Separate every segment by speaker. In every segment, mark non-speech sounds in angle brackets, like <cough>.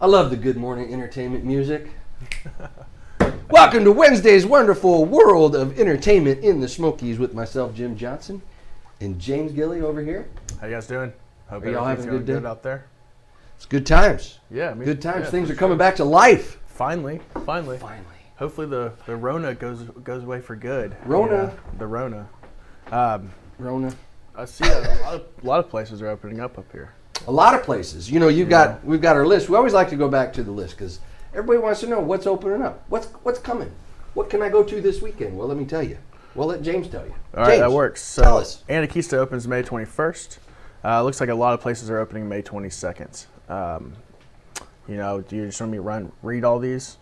Speaker 1: I love the good morning entertainment music. <laughs> Welcome to Wednesday's wonderful world of entertainment in the Smokies with myself, Jim Johnson, and James Gilly over here.
Speaker 2: How you guys doing? Hope
Speaker 1: Are y'all
Speaker 2: everything's
Speaker 1: having a good
Speaker 2: going
Speaker 1: day?
Speaker 2: out there.
Speaker 1: It's good times.
Speaker 2: Yeah, I mean,
Speaker 1: Good times.
Speaker 2: yeah,
Speaker 1: Things
Speaker 2: for
Speaker 1: are coming back to life.
Speaker 2: Finally, finally,
Speaker 1: Finally.
Speaker 2: Hopefully the the Rona goes goes away for good.
Speaker 1: Rona.
Speaker 2: Yeah, the Rona. Um,
Speaker 1: Rona.
Speaker 2: I see a lot of a lot of places are opening up up here.
Speaker 1: A lot of places. You know, you've got we've got our list. We always like to go back to the list because everybody wants to know what's opening up. What's what's coming? What can I go to this weekend? Well, let me tell you. Well, let James tell you.
Speaker 2: All right,
Speaker 1: James,
Speaker 2: that works. So
Speaker 1: tell us.
Speaker 2: Anakista opens May 21st. Uh, looks like a lot of places are opening May 22nd. Um, you know, do you just want me to run read all these?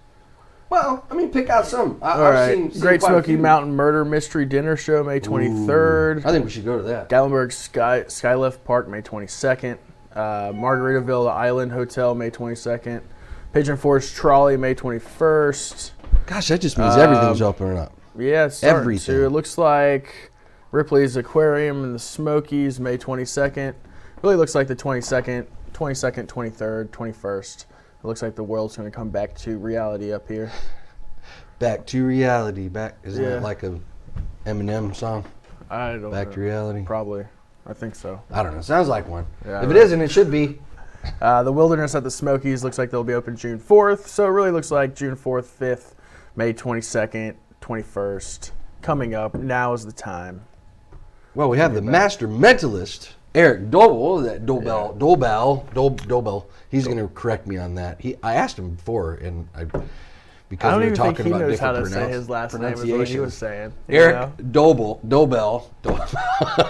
Speaker 1: Well, I mean, pick out some. I,
Speaker 2: All
Speaker 1: I've
Speaker 2: right,
Speaker 1: seen, seen
Speaker 2: Great
Speaker 1: quite a
Speaker 2: Smoky
Speaker 1: few.
Speaker 2: Mountain Murder Mystery Dinner Show May 23rd.
Speaker 1: I think we should go to that.
Speaker 2: Gallenberg Sky Skylift Park, May 22nd. Uh, Margaritaville Island Hotel, May 22nd. Pigeon Forge Trolley, May 21st.
Speaker 1: Gosh, that just means everything's opening up.
Speaker 2: Yeah, it's starting
Speaker 1: Everything.
Speaker 2: To. It looks like Ripley's Aquarium in the Smokies, May 22nd. Really looks like the 22nd, 22nd, 23rd, 21st. It looks like the world's going to come back to reality up here.
Speaker 1: Back to reality. Back isn't
Speaker 2: Yeah.
Speaker 1: it like a Eminem song?
Speaker 2: I don't
Speaker 1: Back
Speaker 2: know.
Speaker 1: to reality.
Speaker 2: Probably. I think so.
Speaker 1: I don't know. Sounds like one.
Speaker 2: Yeah,
Speaker 1: if it
Speaker 2: right.
Speaker 1: isn't, it should be.
Speaker 2: Uh, the Wilderness at the Smokies looks like they'll be open June 4th. So it really looks like June 4th, 5th, May 22nd, 21st. Coming up, now is the time.
Speaker 1: Well, we have the master mentalist Eric Doble. That Dobell, Dobell, Dob, Dobell. He's going to correct me on that. He, I asked him before, and I because
Speaker 2: I don't
Speaker 1: we were
Speaker 2: even think
Speaker 1: talking
Speaker 2: he
Speaker 1: about
Speaker 2: knows how
Speaker 1: different
Speaker 2: to say
Speaker 1: pronounce-
Speaker 2: his last name is what he was
Speaker 1: pronunciations.
Speaker 2: saying. you
Speaker 1: Eric Doble, Dobell,
Speaker 2: know?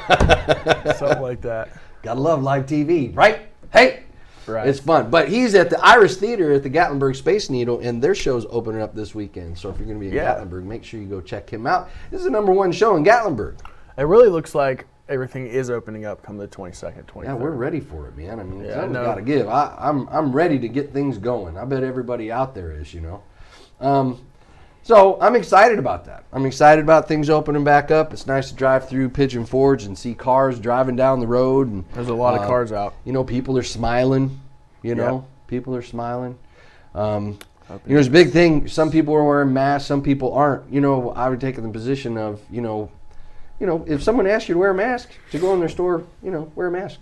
Speaker 2: Something like that.
Speaker 1: Gotta love live TV, right? Hey,
Speaker 2: Right.
Speaker 1: it's fun. But he's at the Iris Theater at the Gatlinburg Space Needle, and their show's opening up this weekend. So if you're gonna be in
Speaker 2: Yeah.
Speaker 1: Gatlinburg, make sure you go check him out. This is the number one show in Gatlinburg.
Speaker 2: It really looks like everything is opening up come the 22nd, 23rd.
Speaker 1: Yeah, we're ready for it, man. I mean,
Speaker 2: Yeah, I
Speaker 1: something's
Speaker 2: know.
Speaker 1: got to give. I, I'm I'm ready to get things going. I bet everybody out there is, you know. Um, so I'm excited about that. I'm excited about things opening back up. It's nice to drive through Pigeon Forge and see cars driving down the road, and
Speaker 2: There's a lot of
Speaker 1: uh,
Speaker 2: cars out.
Speaker 1: You know, people are smiling. You know, people are smiling. Um, you know, it's a big thing. Some people are wearing masks. Some people aren't. You know, I would take the position of you know, you know, if someone asks you to wear a mask to go in their store, you know, wear a mask.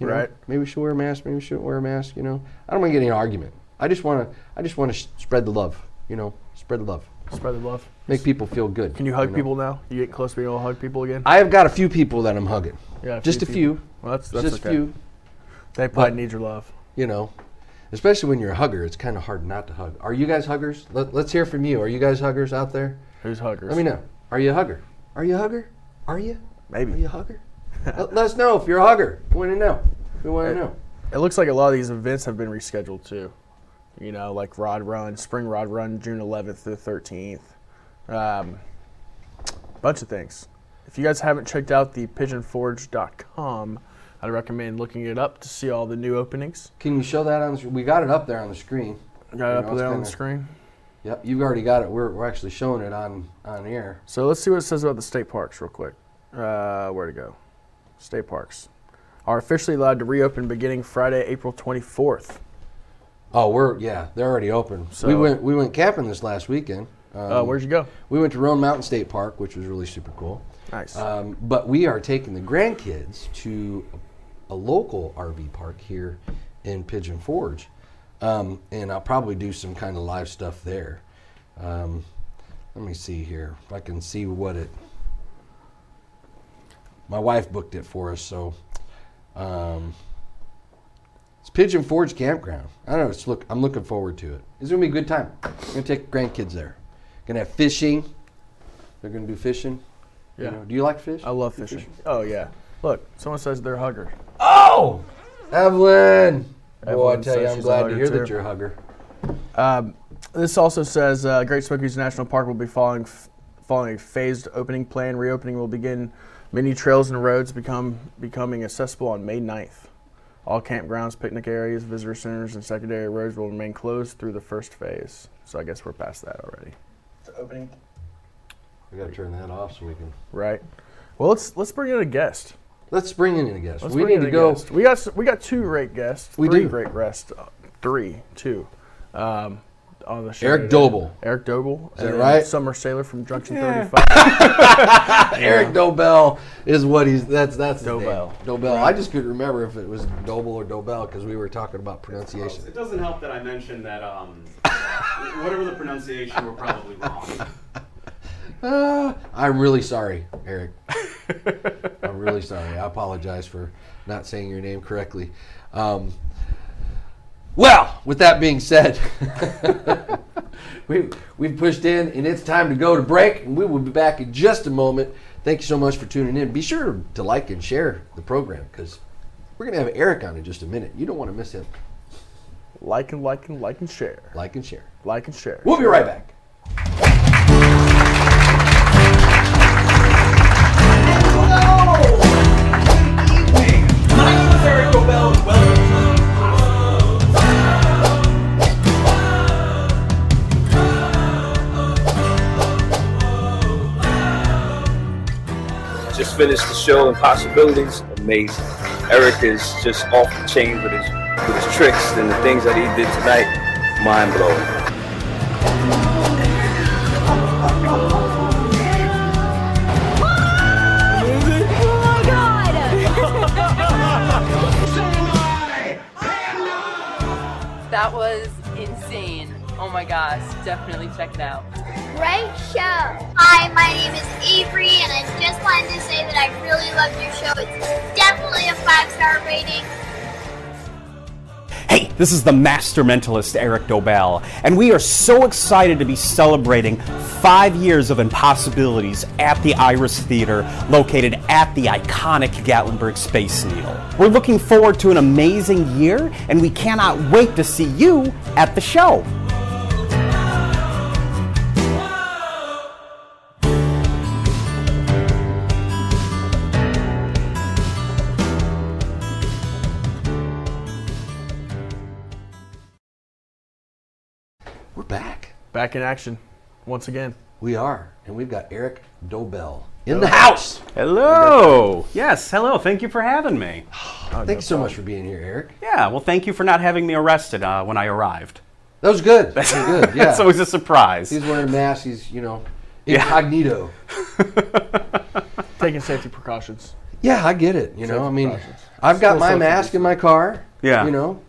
Speaker 1: You know?
Speaker 2: Right.
Speaker 1: Maybe we should wear a mask. Maybe we shouldn't wear a mask. You know, I don't want to get in an argument. I just want to. I just want to sh- spread the love. You know, spread the love.
Speaker 2: Spread the love.
Speaker 1: Make people feel good.
Speaker 2: Can you hug
Speaker 1: know?
Speaker 2: people now? You get close to being able to hug people again?
Speaker 1: I have got a few people that I'm hugging.
Speaker 2: yeah,
Speaker 1: just a few.
Speaker 2: people. Well, that's, that's
Speaker 1: just
Speaker 2: okay.
Speaker 1: a few.
Speaker 2: They probably need your love.
Speaker 1: you know, especially when you're a hugger, it's kind of hard not to hug. Are you guys huggers? Let, let's hear from you. Are you guys huggers out there?
Speaker 2: Who's huggers?
Speaker 1: Let me know. Are you a hugger? Are you a hugger? Are you?
Speaker 2: Maybe.
Speaker 1: Are you a
Speaker 2: <laughs>
Speaker 1: hugger? let, let us know if you're a hugger. We want to know. We
Speaker 2: Uh,
Speaker 1: want to know.
Speaker 2: It looks like a lot of these events have been rescheduled too. You know, like Rod Run, Spring Rod Run, June 11th through 13th. Um, bunch of things. If you guys haven't checked out the pigeonforge.com, I'd recommend looking it up to see all the new openings.
Speaker 1: Can you show that on the screen? We got it up there on the screen.
Speaker 2: Got it
Speaker 1: You
Speaker 2: up
Speaker 1: know, it's
Speaker 2: there on the
Speaker 1: kinda-
Speaker 2: screen.
Speaker 1: Yep, you've already got it. We're, we're actually showing it on, on air.
Speaker 2: So let's see what it says about the state parks real quick. Uh, where to go? State parks are officially allowed to reopen beginning Friday, April 24th.
Speaker 1: Oh, we're, yeah, they're already open. we,
Speaker 2: So-
Speaker 1: went, we went camping this last weekend. Um,
Speaker 2: Uh, where'd you go?
Speaker 1: we went to Roan Mountain State Park, which was really super cool.
Speaker 2: Nice.
Speaker 1: Um, but we are taking the grandkids to a local RV park here in Pigeon Forge, um, and I'll probably do some kind of live stuff there. Um, let me see here if I can see what it. My wife booked it for us, so um, it's Pigeon Forge Campground. I don't know. It's look. I'm looking forward to it. It's gonna be a good time. We're gonna take grandkids there. Gonna have fishing. They're gonna do fishing. You
Speaker 2: Yeah.
Speaker 1: know, do you like fish?
Speaker 2: I love fishing. Oh yeah. Look, someone says they're huggers.
Speaker 1: Oh, Evelyn. Boy, I
Speaker 2: Evelyn
Speaker 1: tell you,
Speaker 2: says
Speaker 1: I'm
Speaker 2: she's a
Speaker 1: glad to
Speaker 2: hugger,
Speaker 1: hear that
Speaker 2: too.
Speaker 1: you're a hugger.
Speaker 2: Um, this also says uh, Great Smokies National Park will be following f- following a phased opening plan. Reopening will begin. Many trails and roads become becoming accessible on May 9th. All campgrounds, picnic areas, visitor centers, and secondary roads will remain closed through the first phase. So I guess we're past that already. opening.
Speaker 1: I gotta turn that off so we can.
Speaker 2: Right. Well, let's let's bring in a guest.
Speaker 1: Let's bring in a guest.
Speaker 2: Let's
Speaker 1: we need
Speaker 2: bring in
Speaker 1: to
Speaker 2: a
Speaker 1: go.
Speaker 2: guest. We got s- we got two great guests.
Speaker 1: We
Speaker 2: three
Speaker 1: do.
Speaker 2: great guests. Uh, three, two, um, on the show.
Speaker 1: Eric
Speaker 2: today.
Speaker 1: Doble.
Speaker 2: Eric Doble. Is
Speaker 1: that right?
Speaker 2: Summer Sailor from Junction
Speaker 1: Yeah. <laughs>
Speaker 2: 35.
Speaker 1: Eric Dobell is what he's. That's that's his
Speaker 2: Dobell.
Speaker 1: name. Dobell. I just couldn't remember if it was Doble or Dobell because we were talking about pronunciation.
Speaker 3: It doesn't help that I mentioned that um, whatever the pronunciation, we're probably wrong.
Speaker 1: Uh, I'm really sorry, Eric. I'm really sorry. I apologize for not saying your name correctly. Um, well, with that being said, <laughs> we we've pushed in, and it's time to go to break. And we will be back in just a moment. Thank you so much for tuning in. Be sure to like and share the program because we're gonna have Eric on in just a minute. You don't want to miss him.
Speaker 2: like and like and like and share.
Speaker 1: Like and share.
Speaker 2: Like and share.
Speaker 1: We'll be right back.
Speaker 4: just finished the show and possibilities. Amazing. Eric is just off the chain with his with his tricks and the things that he did tonight. Mind blowing.
Speaker 5: Oh my god!
Speaker 6: That was insane. Oh my gosh, definitely check it out.
Speaker 7: Great show. Hi, my name is Avery, and I just wanted to say that I really loved your show. It's definitely a five star rating.
Speaker 8: Hey, this is the master mentalist Eric Dobell, and we are so excited to be celebrating five years of impossibilities at the Iris Theater, located at the iconic Gatlinburg Space Needle. We're looking forward to an amazing year, and we cannot wait to see you at the show.
Speaker 1: We're back.
Speaker 2: Back in action once again.
Speaker 1: We are, and we've got Eric Dobell in the house.
Speaker 8: Hello. Yes, hello. Thank you for having me.
Speaker 1: Thanks so much for being here, Eric.
Speaker 8: Yeah, well, thank you for not having me arrested uh, when I arrived. <laughs>
Speaker 1: That was good. That was good. Yeah.
Speaker 8: That's always a surprise.
Speaker 1: he's wearing a mask. He's you know incognito.
Speaker 2: Taking safety precautions.
Speaker 1: Yeah, I get it. You know, I mean,
Speaker 2: precautions.
Speaker 1: I've got
Speaker 2: Still
Speaker 1: my
Speaker 2: social
Speaker 1: mask in my car.
Speaker 8: Yeah.
Speaker 1: You know,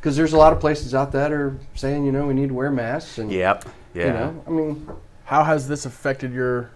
Speaker 1: because there's a lot of places out that are saying you know we need to wear masks and
Speaker 8: Yep. Yeah.
Speaker 1: You know, I mean,
Speaker 2: How has this affected your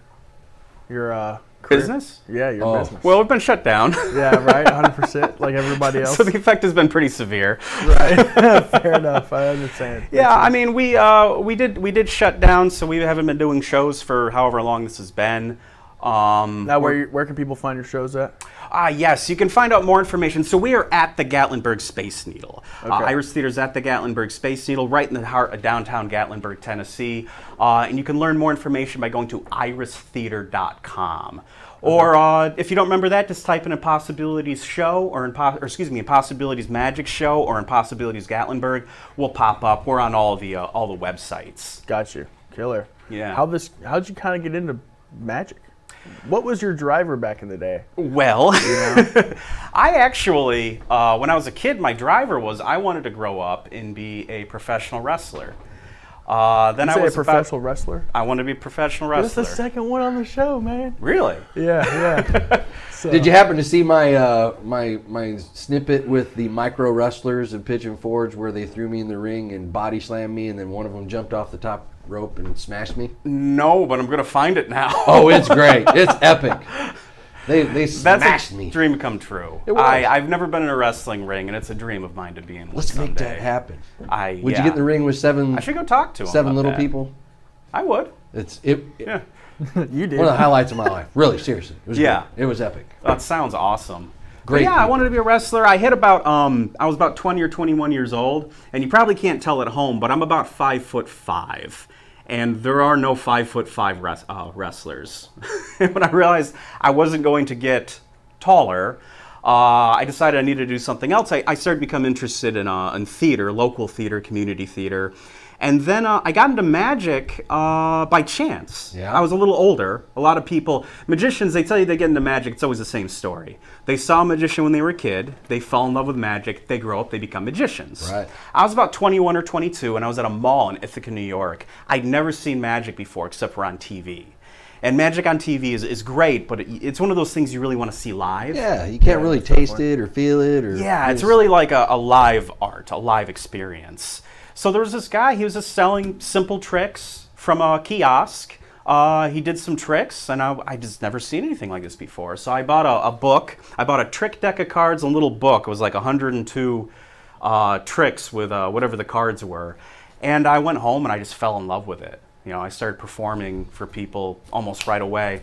Speaker 2: your uh career?
Speaker 8: Business?
Speaker 2: Yeah, your
Speaker 1: Oh.
Speaker 2: business.
Speaker 8: Well, we've been shut down. <laughs>
Speaker 2: yeah, right, hundred percent, like everybody else.
Speaker 8: So the effect has been pretty severe.
Speaker 2: right. <laughs> Fair enough. I understand.
Speaker 8: Yeah, I mean we uh, we did we did shut down, so we haven't been doing shows for however long this has been. Um,
Speaker 2: Now, where you- where can people find your shows at?
Speaker 8: Ah, yes, you can find out more information. So we are at the Gatlinburg Space Needle. Uh,
Speaker 2: Okay.
Speaker 8: Iris Theater's at the Gatlinburg Space Needle, right in the heart of downtown Gatlinburg, Tennessee. Uh, and you can learn more information by going to iristheater.com. Or uh, if you don't remember that, just type in Impossibilities Show or, Impo- or excuse me, Impossibilities Magic Show or Impossibilities Gatlinburg. We'll pop up. We're on all the uh, all the websites.
Speaker 2: Got you, killer.
Speaker 8: Yeah.
Speaker 2: How this? How'd you kind of get into magic? What was your driver back in the day?
Speaker 8: Well, <laughs> I actually, uh, when I was a kid, my driver was I wanted to grow up and be a professional wrestler. Uh, then
Speaker 2: You
Speaker 8: I
Speaker 2: say a
Speaker 8: was about-
Speaker 2: professional wrestler.
Speaker 8: I wanted to be a professional
Speaker 2: That's
Speaker 8: wrestler.
Speaker 2: the second one on the show, man.
Speaker 8: really?
Speaker 2: Yeah, yeah. <laughs>
Speaker 1: did you happen to see my uh, my my snippet with the micro wrestlers at Pigeon Forge where they threw me in the ring and body slammed me, and then one of them jumped off the top rope and smashed me?
Speaker 8: No, but I'm gonna find it now. <laughs>
Speaker 1: Oh, it's great. it's epic. They they
Speaker 8: That's
Speaker 1: smashed
Speaker 8: a
Speaker 1: me.
Speaker 8: dream come true.
Speaker 1: It was.
Speaker 8: I, I've never been in a wrestling ring, and it's a dream of mine to be in. one
Speaker 1: Let's make that
Speaker 8: someday.
Speaker 1: happen.
Speaker 8: I
Speaker 1: Would
Speaker 8: yeah.
Speaker 1: you get in the ring with seven
Speaker 8: I should go talk to him.
Speaker 1: seven
Speaker 8: about
Speaker 1: little
Speaker 8: that.
Speaker 1: people?
Speaker 8: I would.
Speaker 1: It's it, it-
Speaker 8: Yeah.
Speaker 2: you did.
Speaker 1: one of the highlights of my life. Really, seriously. It was
Speaker 8: Yeah.
Speaker 1: great. It was epic.
Speaker 8: That sounds awesome. But
Speaker 1: Great
Speaker 8: yeah, I
Speaker 1: people.
Speaker 8: wanted to be a wrestler. I hit about um, I was about 20 or 21 years old, and you probably can't tell at home, but I'm about five foot five, and there are no five foot five res- uh, wrestlers. <laughs> when I realized I wasn't going to get taller, uh, I decided I needed to do something else. I, I started to become interested in, uh, in theater, local theater, community theater. And then uh, I got into magic uh, by chance.
Speaker 1: Yeah.
Speaker 8: I was a little older. A lot of people, magicians, they tell you they get into magic, it's always the same story. They saw a magician when they were a kid, they fall in love with magic, they grow up, they become magicians.
Speaker 1: Right.
Speaker 8: I was about 21 or 22, and I was at a mall in Ithaca, New York. I'd never seen magic before except for on TV. And magic on TV is, is great, but it, it's one of those things you really want to see live.
Speaker 1: Yeah, you can't really taste it or feel it or
Speaker 8: Yeah, it's really like a, a live art, a live experience. So there was this guy, he was just selling simple tricks from a kiosk. Uh, he did some tricks, and I, I just never seen anything like this before. So I bought a, a book. I bought a trick deck of cards, a little book. It was like 102 uh, tricks with uh, whatever the cards were. And I went home and I just fell in love with it. You know, I started performing for people almost right away.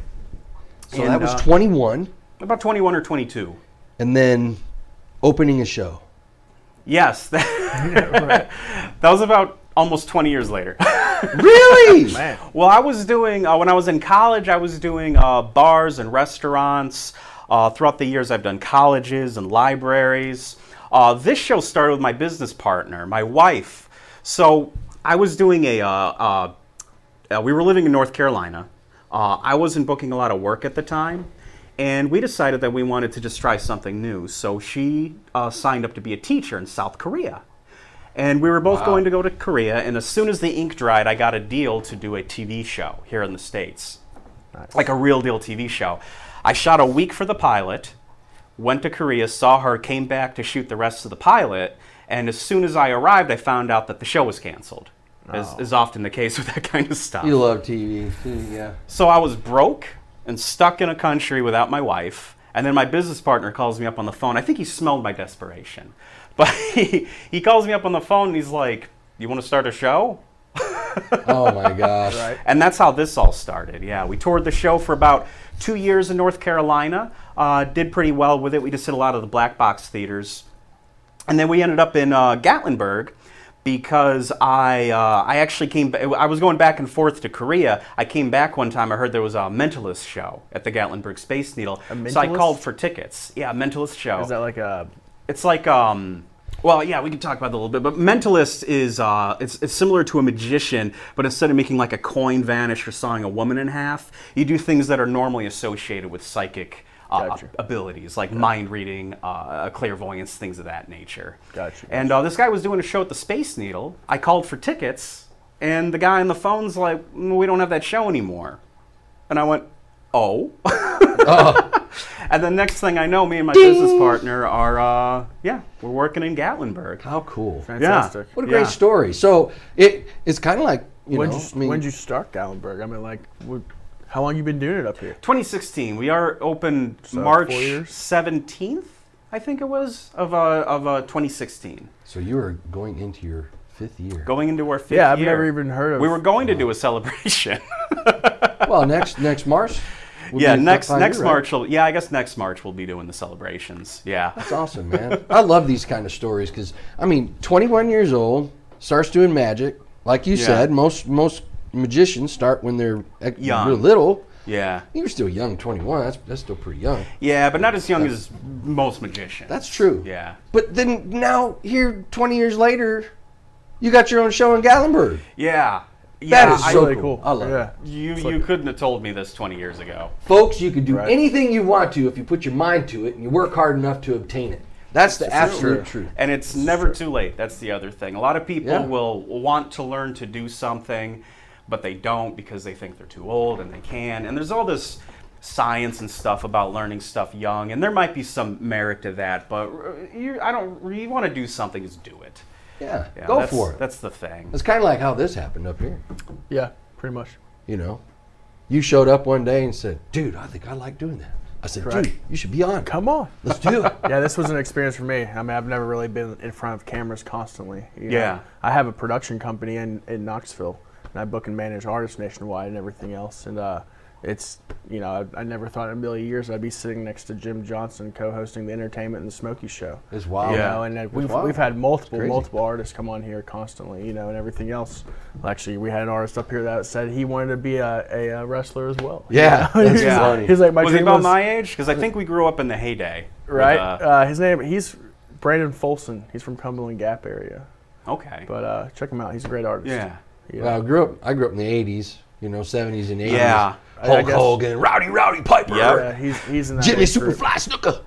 Speaker 1: So
Speaker 8: And,
Speaker 1: that was
Speaker 8: uh,
Speaker 1: 21,
Speaker 8: about 21 or 22.
Speaker 1: and then opening a show.
Speaker 8: Yes, <laughs> that, that was about almost 20 years later. <laughs>
Speaker 1: Really?
Speaker 8: well, I was doing, uh, when I was in college, I was doing uh, bars and restaurants. Uh, throughout the years, I've done colleges and libraries. Uh, this show started with my business partner, my wife. So I was doing a, uh, uh, uh, we were living in North Carolina. Uh, I wasn't booking a lot of work at the time, and we decided that we wanted to just try something new. So she uh, signed up to be a teacher in South Korea. And we were both going to go to Korea, and as soon as the ink dried, I got a deal to do a TV show here in the States. Like a real deal TV show. I shot a week for the pilot, went to Korea, saw her, came back to shoot the rest of the pilot, and as soon as I arrived, I found out that the show was canceled. As is often the case <laughs> with that kind of stuff.
Speaker 1: You love TV, too, yeah.
Speaker 8: So I was broke and stuck in a country without my wife. And then my business partner calls me up on the phone. I think he smelled my desperation. <laughs> But he, he calls me up on the phone and he's like, You want to start a show?
Speaker 1: Oh
Speaker 8: <laughs>
Speaker 1: my gosh.
Speaker 8: And that's how this all started. Yeah, we toured the show for about two years in North Carolina, uh, did pretty well with it. We just did a lot of the black box theaters. And then we ended up in uh, Gatlinburg because I, uh, I actually came, ba- I was going back and forth to Korea. I came back one time, I heard there was a Mentalist show at the Gatlinburg Space Needle. So I
Speaker 2: Mentalist?
Speaker 8: called for tickets. Yeah, a Mentalist show.
Speaker 2: Is that like a
Speaker 8: It's like um well, yeah, we can talk about that a little bit, but mentalist is uh, it's, it's similar to a magician, but instead of making like a coin vanish or sawing a woman in half, you do things that are normally associated with psychic uh,
Speaker 2: Gotcha.
Speaker 8: abilities, like mind reading, uh, clairvoyance, things of that nature.
Speaker 2: Gotcha.
Speaker 8: And uh, this guy was doing a show at the Space Needle. I called for tickets, and the guy on the phone's like, "Mm, "We don't have that show anymore," and I went, "Oh." <laughs> And the next thing I know, me and my business partner are, uh, yeah, we're working in Gatlinburg.
Speaker 1: How cool.
Speaker 2: fantastic?
Speaker 1: What a
Speaker 8: Yeah.
Speaker 1: great story. So it it's kind of like, you
Speaker 2: When
Speaker 1: know,
Speaker 2: did
Speaker 1: I
Speaker 2: you,
Speaker 1: mean,
Speaker 2: when'd you start Gallenberg? I mean, like, what, how long you been doing it up here?
Speaker 8: 2016, we are open March
Speaker 2: four years?
Speaker 8: 17th, I think it was, of, uh, of uh, 2016.
Speaker 1: so you are going into your fifth year.
Speaker 8: Going into our fifth
Speaker 2: Yeah, I've
Speaker 8: year.
Speaker 2: never even heard of- Oh.
Speaker 8: We were going to do a celebration.
Speaker 1: well, next next March. would
Speaker 8: yeah,
Speaker 1: be the
Speaker 8: next
Speaker 1: five
Speaker 8: next
Speaker 1: year, right?
Speaker 8: March. will Yeah, I guess next March we'll be doing the celebrations. Yeah.
Speaker 1: That's awesome, man. I love these kind of stories because I mean, 21 years old starts doing magic, like you
Speaker 8: Yeah.
Speaker 1: said. Most most magicians start when they're eh,
Speaker 8: Young.
Speaker 1: real little.
Speaker 8: Yeah.
Speaker 1: You're still young, 21. That's that's still pretty young.
Speaker 8: Yeah, but not as young as most magicians.
Speaker 1: That's true.
Speaker 8: Yeah.
Speaker 1: But then now here, 20 years later, you got your own show in Gatlinburg.
Speaker 8: Yeah.
Speaker 1: That
Speaker 8: yeah,
Speaker 1: is
Speaker 8: I-
Speaker 1: so
Speaker 2: Really cool.
Speaker 1: I love it.
Speaker 2: yeah.
Speaker 8: you, you couldn't have told me this 20 years ago.
Speaker 1: Folks, you can do
Speaker 2: Right.
Speaker 1: anything you want to if you put your mind to it and you work hard enough to obtain it. That's the absolute truth.
Speaker 8: And it's never too late. That's the other thing. A lot of people
Speaker 1: Yeah.
Speaker 8: will want to learn to do something, but they don't because they think they're too old and they can. And there's all this science and stuff about learning stuff young, and there might be some merit to that. But uh, you, I don't. You want to do something, just do it.
Speaker 1: Yeah,
Speaker 8: Yeah,
Speaker 1: go
Speaker 8: that's-
Speaker 1: for it.
Speaker 8: That's the thing.
Speaker 1: That's kind of like how this happened up here.
Speaker 2: Yeah, pretty much.
Speaker 1: You know, you showed up one day and said, "Dude, I think I like doing that." I said,
Speaker 2: Correct.
Speaker 1: "Dude, you should be on.
Speaker 2: Come on.
Speaker 1: Let's do it."
Speaker 2: yeah, this was an experience for me. I mean, I've never really been in front of cameras constantly. you know.
Speaker 8: Yeah.
Speaker 2: I have a production company in, in Knoxville, and I book and manage artists nationwide and everything else. And uh, it's, you know, I, I never thought in a million years I'd be sitting next to Jim Johnson co hosting the Entertainment and the Smokey Show.
Speaker 1: It's wild.
Speaker 2: You
Speaker 8: Yeah.
Speaker 2: know, and uh, we've,
Speaker 1: wild.
Speaker 2: we've had multiple
Speaker 1: crazy.
Speaker 2: multiple artists come on here constantly, you know, and everything else. Well, Actually, we had an artist up here that said he wanted to be a, a, uh wrestler as well.
Speaker 1: Yeah, that's
Speaker 2: <laughs> He's-
Speaker 1: funny.
Speaker 2: He's like my
Speaker 8: was he
Speaker 2: dream
Speaker 8: about
Speaker 2: was-
Speaker 8: my age? Because I think we grew up in the heyday. with,
Speaker 2: Right.
Speaker 8: uh,
Speaker 2: Uh, his name. He's Brandon Folson. He's from Cumberland Gap area.
Speaker 8: Okay.
Speaker 2: But uh, check him out. He's a great artist.
Speaker 8: yeah.
Speaker 2: Yeah.
Speaker 1: Well, I grew up. I grew up in the '80s. You know, '70s and '80s.
Speaker 8: Yeah.
Speaker 2: I- I
Speaker 1: Hulk
Speaker 2: guess-
Speaker 1: Hogan, Rowdy Rowdy Piper,
Speaker 8: Yep.
Speaker 2: Yeah, he's he's in that
Speaker 1: Jimmy
Speaker 2: age group.
Speaker 1: Superfly Snooker.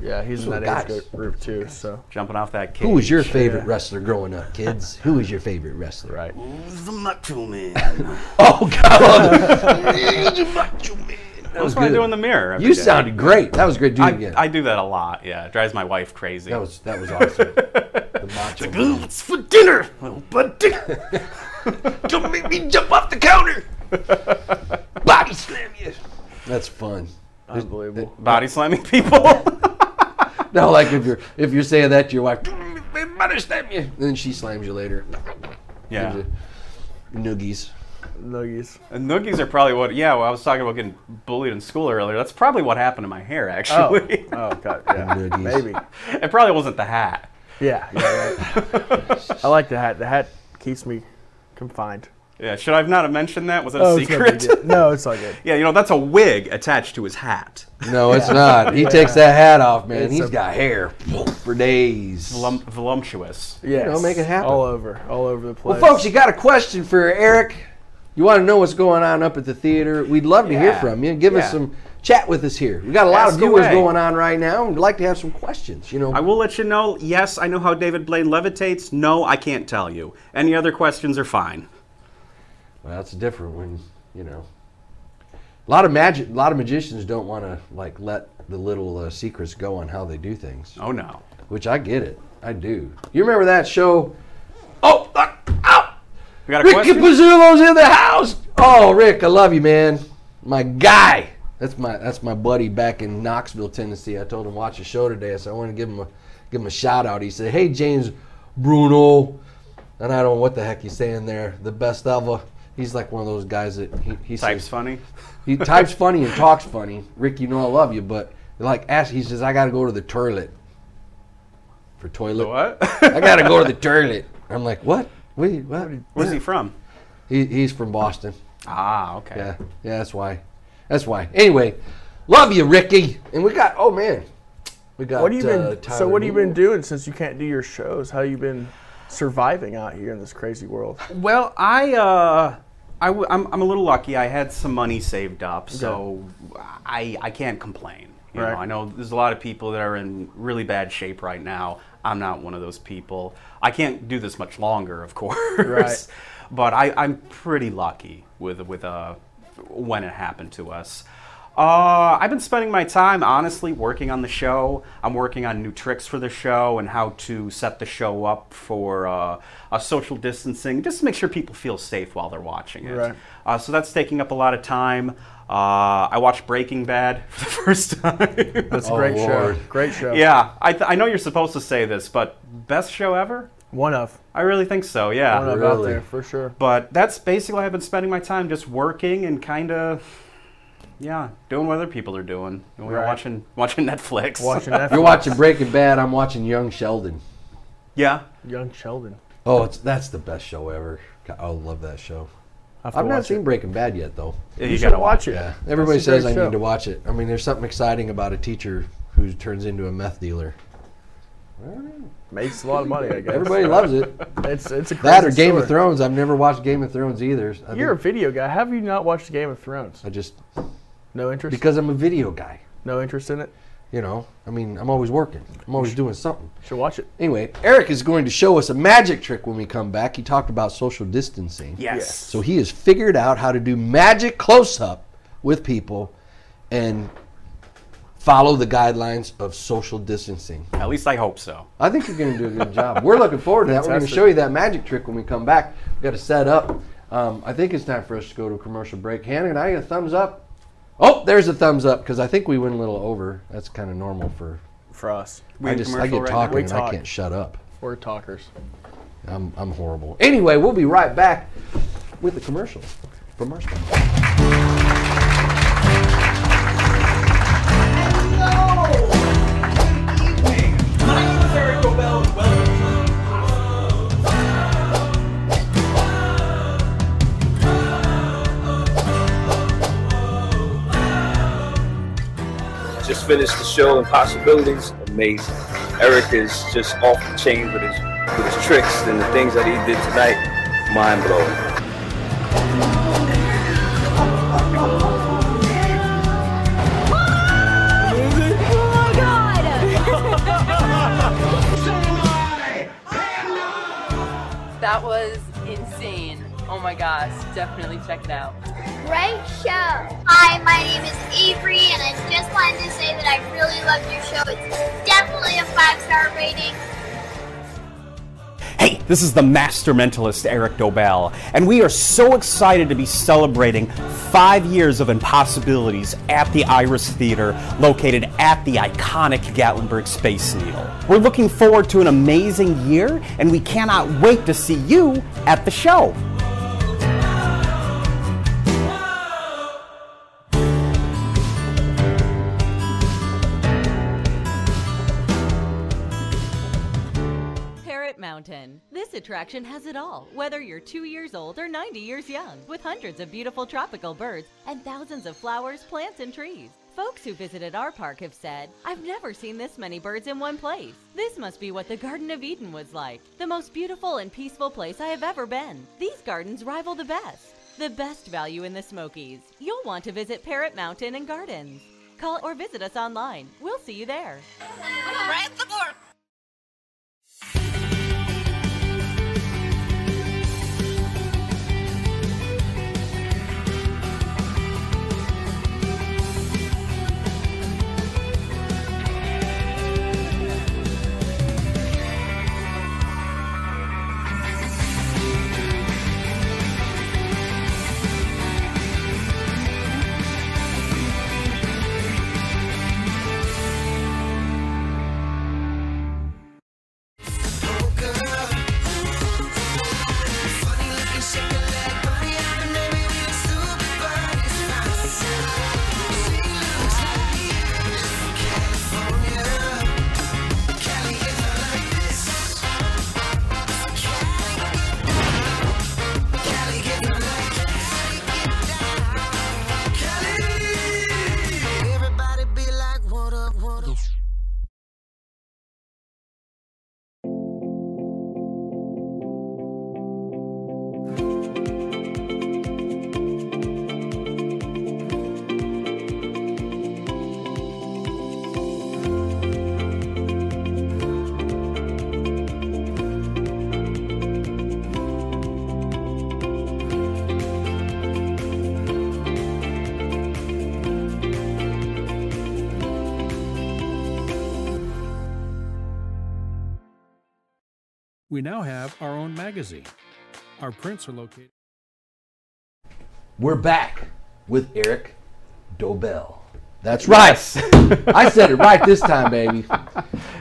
Speaker 2: Yeah, he's in
Speaker 1: Little
Speaker 2: that
Speaker 1: guys.
Speaker 2: age gr- group too. So
Speaker 8: Jumping off that cage.
Speaker 1: Who was your favorite wrestler growing up, kids? Who was your favorite wrestler?
Speaker 2: right.
Speaker 8: Who's the Macho Man?
Speaker 1: <laughs> Oh God! You macho man. that was
Speaker 8: That's what I
Speaker 1: good.
Speaker 8: do in the mirror. every
Speaker 1: You
Speaker 8: day.
Speaker 1: sounded great. That was great. Do it
Speaker 8: I,
Speaker 1: again.
Speaker 8: I do that a lot. Yeah, it drives my wife crazy.
Speaker 1: that was that was awesome. <laughs> the macho.
Speaker 8: Ooh,
Speaker 1: Man.
Speaker 8: it's for dinner, little bud.
Speaker 1: <laughs> Don't make me jump off the <laughs> counter. Body slam you. That's fun.
Speaker 2: Unbelievable.
Speaker 8: Body
Speaker 1: <laughs>
Speaker 8: slamming people.
Speaker 1: uh, No, like if you're if you're saying that to your wife, "Don't make me body slam you, and then she slams you later.
Speaker 8: yeah.
Speaker 2: <laughs>
Speaker 1: Noogies.
Speaker 2: Nuggies.
Speaker 8: And noogies are probably what. Yeah, well, I was talking about getting bullied in school earlier. That's probably what happened to my hair, actually. <laughs>
Speaker 2: Oh god.
Speaker 1: <laughs>
Speaker 2: Yeah.
Speaker 1: Nuggies.
Speaker 2: Maybe.
Speaker 8: it probably wasn't the hat.
Speaker 2: Yeah. yeah right. I like the hat. The hat keeps me confined.
Speaker 8: Yeah, should I have not have mentioned that? Was that a
Speaker 2: Oh, it's no big
Speaker 8: secret?
Speaker 2: deal. no, it's all good.
Speaker 8: <laughs> yeah, you know that's a wig attached to his hat.
Speaker 1: No, it's not. He takes that hat off, man.
Speaker 2: It's
Speaker 1: He's
Speaker 2: a-
Speaker 1: got hair for days.
Speaker 8: Volum- voluptuous.
Speaker 2: Yeah.
Speaker 1: make it happen.
Speaker 2: All over. All over the
Speaker 1: Well,
Speaker 2: place.
Speaker 1: folks, you got a question for Eric? You want to know what's going on up at the theater? We'd love to hear
Speaker 8: Yeah.
Speaker 1: from you. Give
Speaker 8: Yeah.
Speaker 1: us some chat with us here. We got a lot of
Speaker 8: Ask
Speaker 1: viewers
Speaker 8: away.
Speaker 1: going on right now. We'd like to have some questions. You know,
Speaker 8: I will let you know. Yes, I know how David Blaine levitates. No, I can't tell you. Any other questions are fine.
Speaker 1: well, that's different when you know. A lot of magic. A lot of magicians don't want to like let the little uh, secrets go on how they do things,
Speaker 8: Oh no.
Speaker 1: which I get it. I do. You remember that show? Oh, uh, ow! <laughs>
Speaker 8: We got a
Speaker 1: Ricky
Speaker 8: question.
Speaker 1: Pizzullo's in the house. Oh, Rick, I love you, man. My guy. That's my that's my buddy back in Knoxville, Tennessee. I told him watch the show today, so I want to give him a give him a shout out. He said, "Hey, James Bruno," and I don't know what the heck he's saying there. The best ever. He's like one of those guys that he, he
Speaker 8: Type's
Speaker 1: says,
Speaker 8: funny.
Speaker 1: he types funny and talks funny. Rick, you know I love you, but like ask he says I got to go to the toilet for toilet.
Speaker 8: What? <laughs>
Speaker 1: I got to go to the toilet. I'm like, what? Wait, what?
Speaker 8: Where's he from?
Speaker 1: He, he's from Boston.
Speaker 8: Ah, okay.
Speaker 1: Yeah, yeah, that's why. That's why. Anyway, love you, Ricky. And we got. Oh man, we got.
Speaker 2: What have you been?
Speaker 1: uh, Tyler
Speaker 2: so what have you
Speaker 1: Newell.
Speaker 2: been doing since you can't do your shows? How you been surviving out here in this crazy world?
Speaker 8: Well, I, uh, I w- I'm, I'm a little lucky. I had some money saved up, so I, I can't complain. You know,
Speaker 2: Right.
Speaker 8: I know there's a lot of people that are in really bad shape right now. I'm not one of those people. I can't do this much longer, of course.
Speaker 2: Right.
Speaker 8: But I, I'm pretty lucky with with uh, when it happened to us. Uh, I've been spending my time honestly working on the show. I'm working on new tricks for the show and how to set the show up for uh, uh, social distancing, just to make sure people feel safe while they're watching it.
Speaker 2: Right.
Speaker 8: Uh, so that's taking up a lot of time. Uh, I watched Breaking Bad <laughs> for the first time.
Speaker 2: That's
Speaker 1: Oh,
Speaker 2: a great
Speaker 1: Lord.
Speaker 2: show. Great show.
Speaker 8: yeah, I, th- I know you're supposed to say this, but best show ever?
Speaker 2: One of.
Speaker 8: I really think so, yeah.
Speaker 2: One of out
Speaker 1: Ah, Really?
Speaker 2: there
Speaker 1: <laughs>
Speaker 2: for sure.
Speaker 8: But that's basically how I've been spending my time just working and kind of, yeah, doing what other people are doing. You know,
Speaker 2: Right.
Speaker 8: Watching <laughs> watching Netflix.
Speaker 2: Watching that.
Speaker 1: You're watching Breaking Bad. I'm watching Young Sheldon.
Speaker 8: <laughs> yeah.
Speaker 2: Young Sheldon.
Speaker 1: Oh, it's that's the best show ever. God, I love that show.
Speaker 2: I have to
Speaker 1: I've not
Speaker 2: watch
Speaker 1: seen
Speaker 2: It.
Speaker 1: Breaking Bad yet, though.
Speaker 8: You,
Speaker 2: You
Speaker 8: gotta
Speaker 2: should
Speaker 8: watch.
Speaker 2: watch it.
Speaker 1: Yeah, everybody
Speaker 2: That's a great
Speaker 1: says I
Speaker 2: show.
Speaker 1: need to watch it. I mean, there's something exciting about a teacher who turns into a meth dealer.
Speaker 2: Makes a lot of money. I guess.
Speaker 1: Everybody loves
Speaker 2: <laughs>
Speaker 1: it.
Speaker 2: It's it's a crazy
Speaker 1: That or Game
Speaker 2: story.
Speaker 1: of Thrones. I've never watched Game of Thrones either. I think
Speaker 2: You're a video guy. Have you not watched Game of Thrones?
Speaker 1: I just
Speaker 2: No interest.
Speaker 1: because I'm a video guy.
Speaker 2: no interest in it.
Speaker 1: You know, I mean, I'm always working. I'm always doing something.
Speaker 2: Should watch it.
Speaker 1: Anyway, Eric is going to show us a magic trick when we come back. He talked about social distancing.
Speaker 8: Yes.
Speaker 1: So he has figured out how to do magic close up with people and follow the guidelines of social distancing.
Speaker 8: At least I hope so.
Speaker 1: I think you're going to do a good job. We're looking forward to that. We're going to
Speaker 2: Fantastic.
Speaker 1: show you that magic trick when we come back. We've got to set up. Um, I think it's time for us to go to a commercial break. Hannah and I, a thumbs up. Oh, there's a thumbs up because I think we went a little over. That's kind of normal for
Speaker 2: For us,
Speaker 8: We
Speaker 1: I
Speaker 8: in
Speaker 1: just I
Speaker 8: commercial
Speaker 1: get
Speaker 8: right now?
Speaker 1: talking
Speaker 2: We
Speaker 1: and I
Speaker 2: talk.
Speaker 1: can't shut up.
Speaker 2: we're talkers.
Speaker 1: I'm, I'm horrible. Anyway, we'll be right back with the commercial from our sponsor.
Speaker 4: Just finished the show Impossibilities. Amazing. Eric is just off the chain with his with his tricks and the things that he did tonight, mind blowing.
Speaker 5: Oh my god!
Speaker 6: That was insane. Oh my gosh, definitely check it out.
Speaker 7: Great show. Hi, my name is Avery, and I just wanted to say that I really loved your show. It's definitely a five star rating.
Speaker 8: Hey, this is the master mentalist Eric Dobell, and we are so excited to be celebrating five years of impossibilities at the Iris Theater, located at the iconic Gatlinburg Space Needle. We're looking forward to an amazing year, and we cannot wait to see you at the show.
Speaker 9: Parrot Mountain. This attraction has it all, whether you're two years old or 90 years young, with hundreds of beautiful tropical birds and thousands of flowers, plants, and trees. Folks who visited our park have said, I've never seen this many birds in one place. This must be what the Garden of Eden was like, the most beautiful and peaceful place I have ever been. These gardens rival the best. The best value in the Smokies. You'll want to visit Parrot Mountain and Gardens. Call or visit us online. We'll see you there.
Speaker 10: We now have our own magazine. Our prints are located.
Speaker 1: We're back with Eric Dobell. That's right. <laughs> I said it right this time, baby.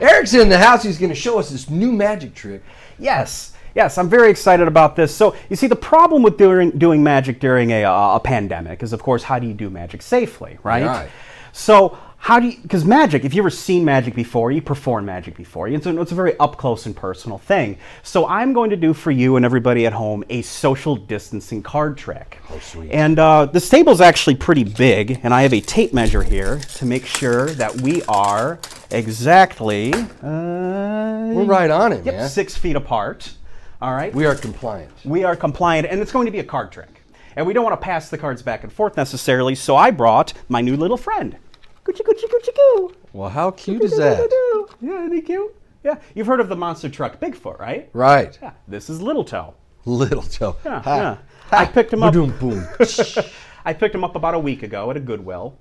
Speaker 1: Eric's in the house. He's going to show us this new magic trick.
Speaker 8: Yes, yes, I'm very excited about this. So, you see, the problem with doing, doing magic during a, uh, a pandemic is, of course, how do you do magic safely, right?
Speaker 1: Right.
Speaker 8: So, how do you, because magic, if you've ever seen magic before, you perform magic before, it's a, it's a very up close and personal thing. So, I'm going to do for you and everybody at home a social distancing card trick. Oh, sweet. And uh, this table's actually pretty big, and I have a tape measure here to make sure that we are exactly. Uh,
Speaker 1: We're right on it,
Speaker 8: Yep,
Speaker 1: man.
Speaker 8: six feet apart. All right.
Speaker 1: We are compliant.
Speaker 8: We are compliant, and it's going to be a card trick. And we don't want to pass the cards back and forth necessarily, so I brought my new little friend. Goochie, goochie, goochie, goo.
Speaker 1: Well, how cute is
Speaker 8: <laughs>
Speaker 1: that?
Speaker 8: Yeah, isn't he cute? Yeah, you've heard of the monster truck Bigfoot, right?
Speaker 1: Right.
Speaker 8: Yeah, this is Little Toe.
Speaker 1: Little toe.
Speaker 8: Yeah,
Speaker 1: Ha.
Speaker 8: yeah.
Speaker 1: Ha.
Speaker 8: I picked him up.
Speaker 1: Boom,
Speaker 8: <laughs>
Speaker 1: boom.
Speaker 8: I picked him up about a week ago at a Goodwill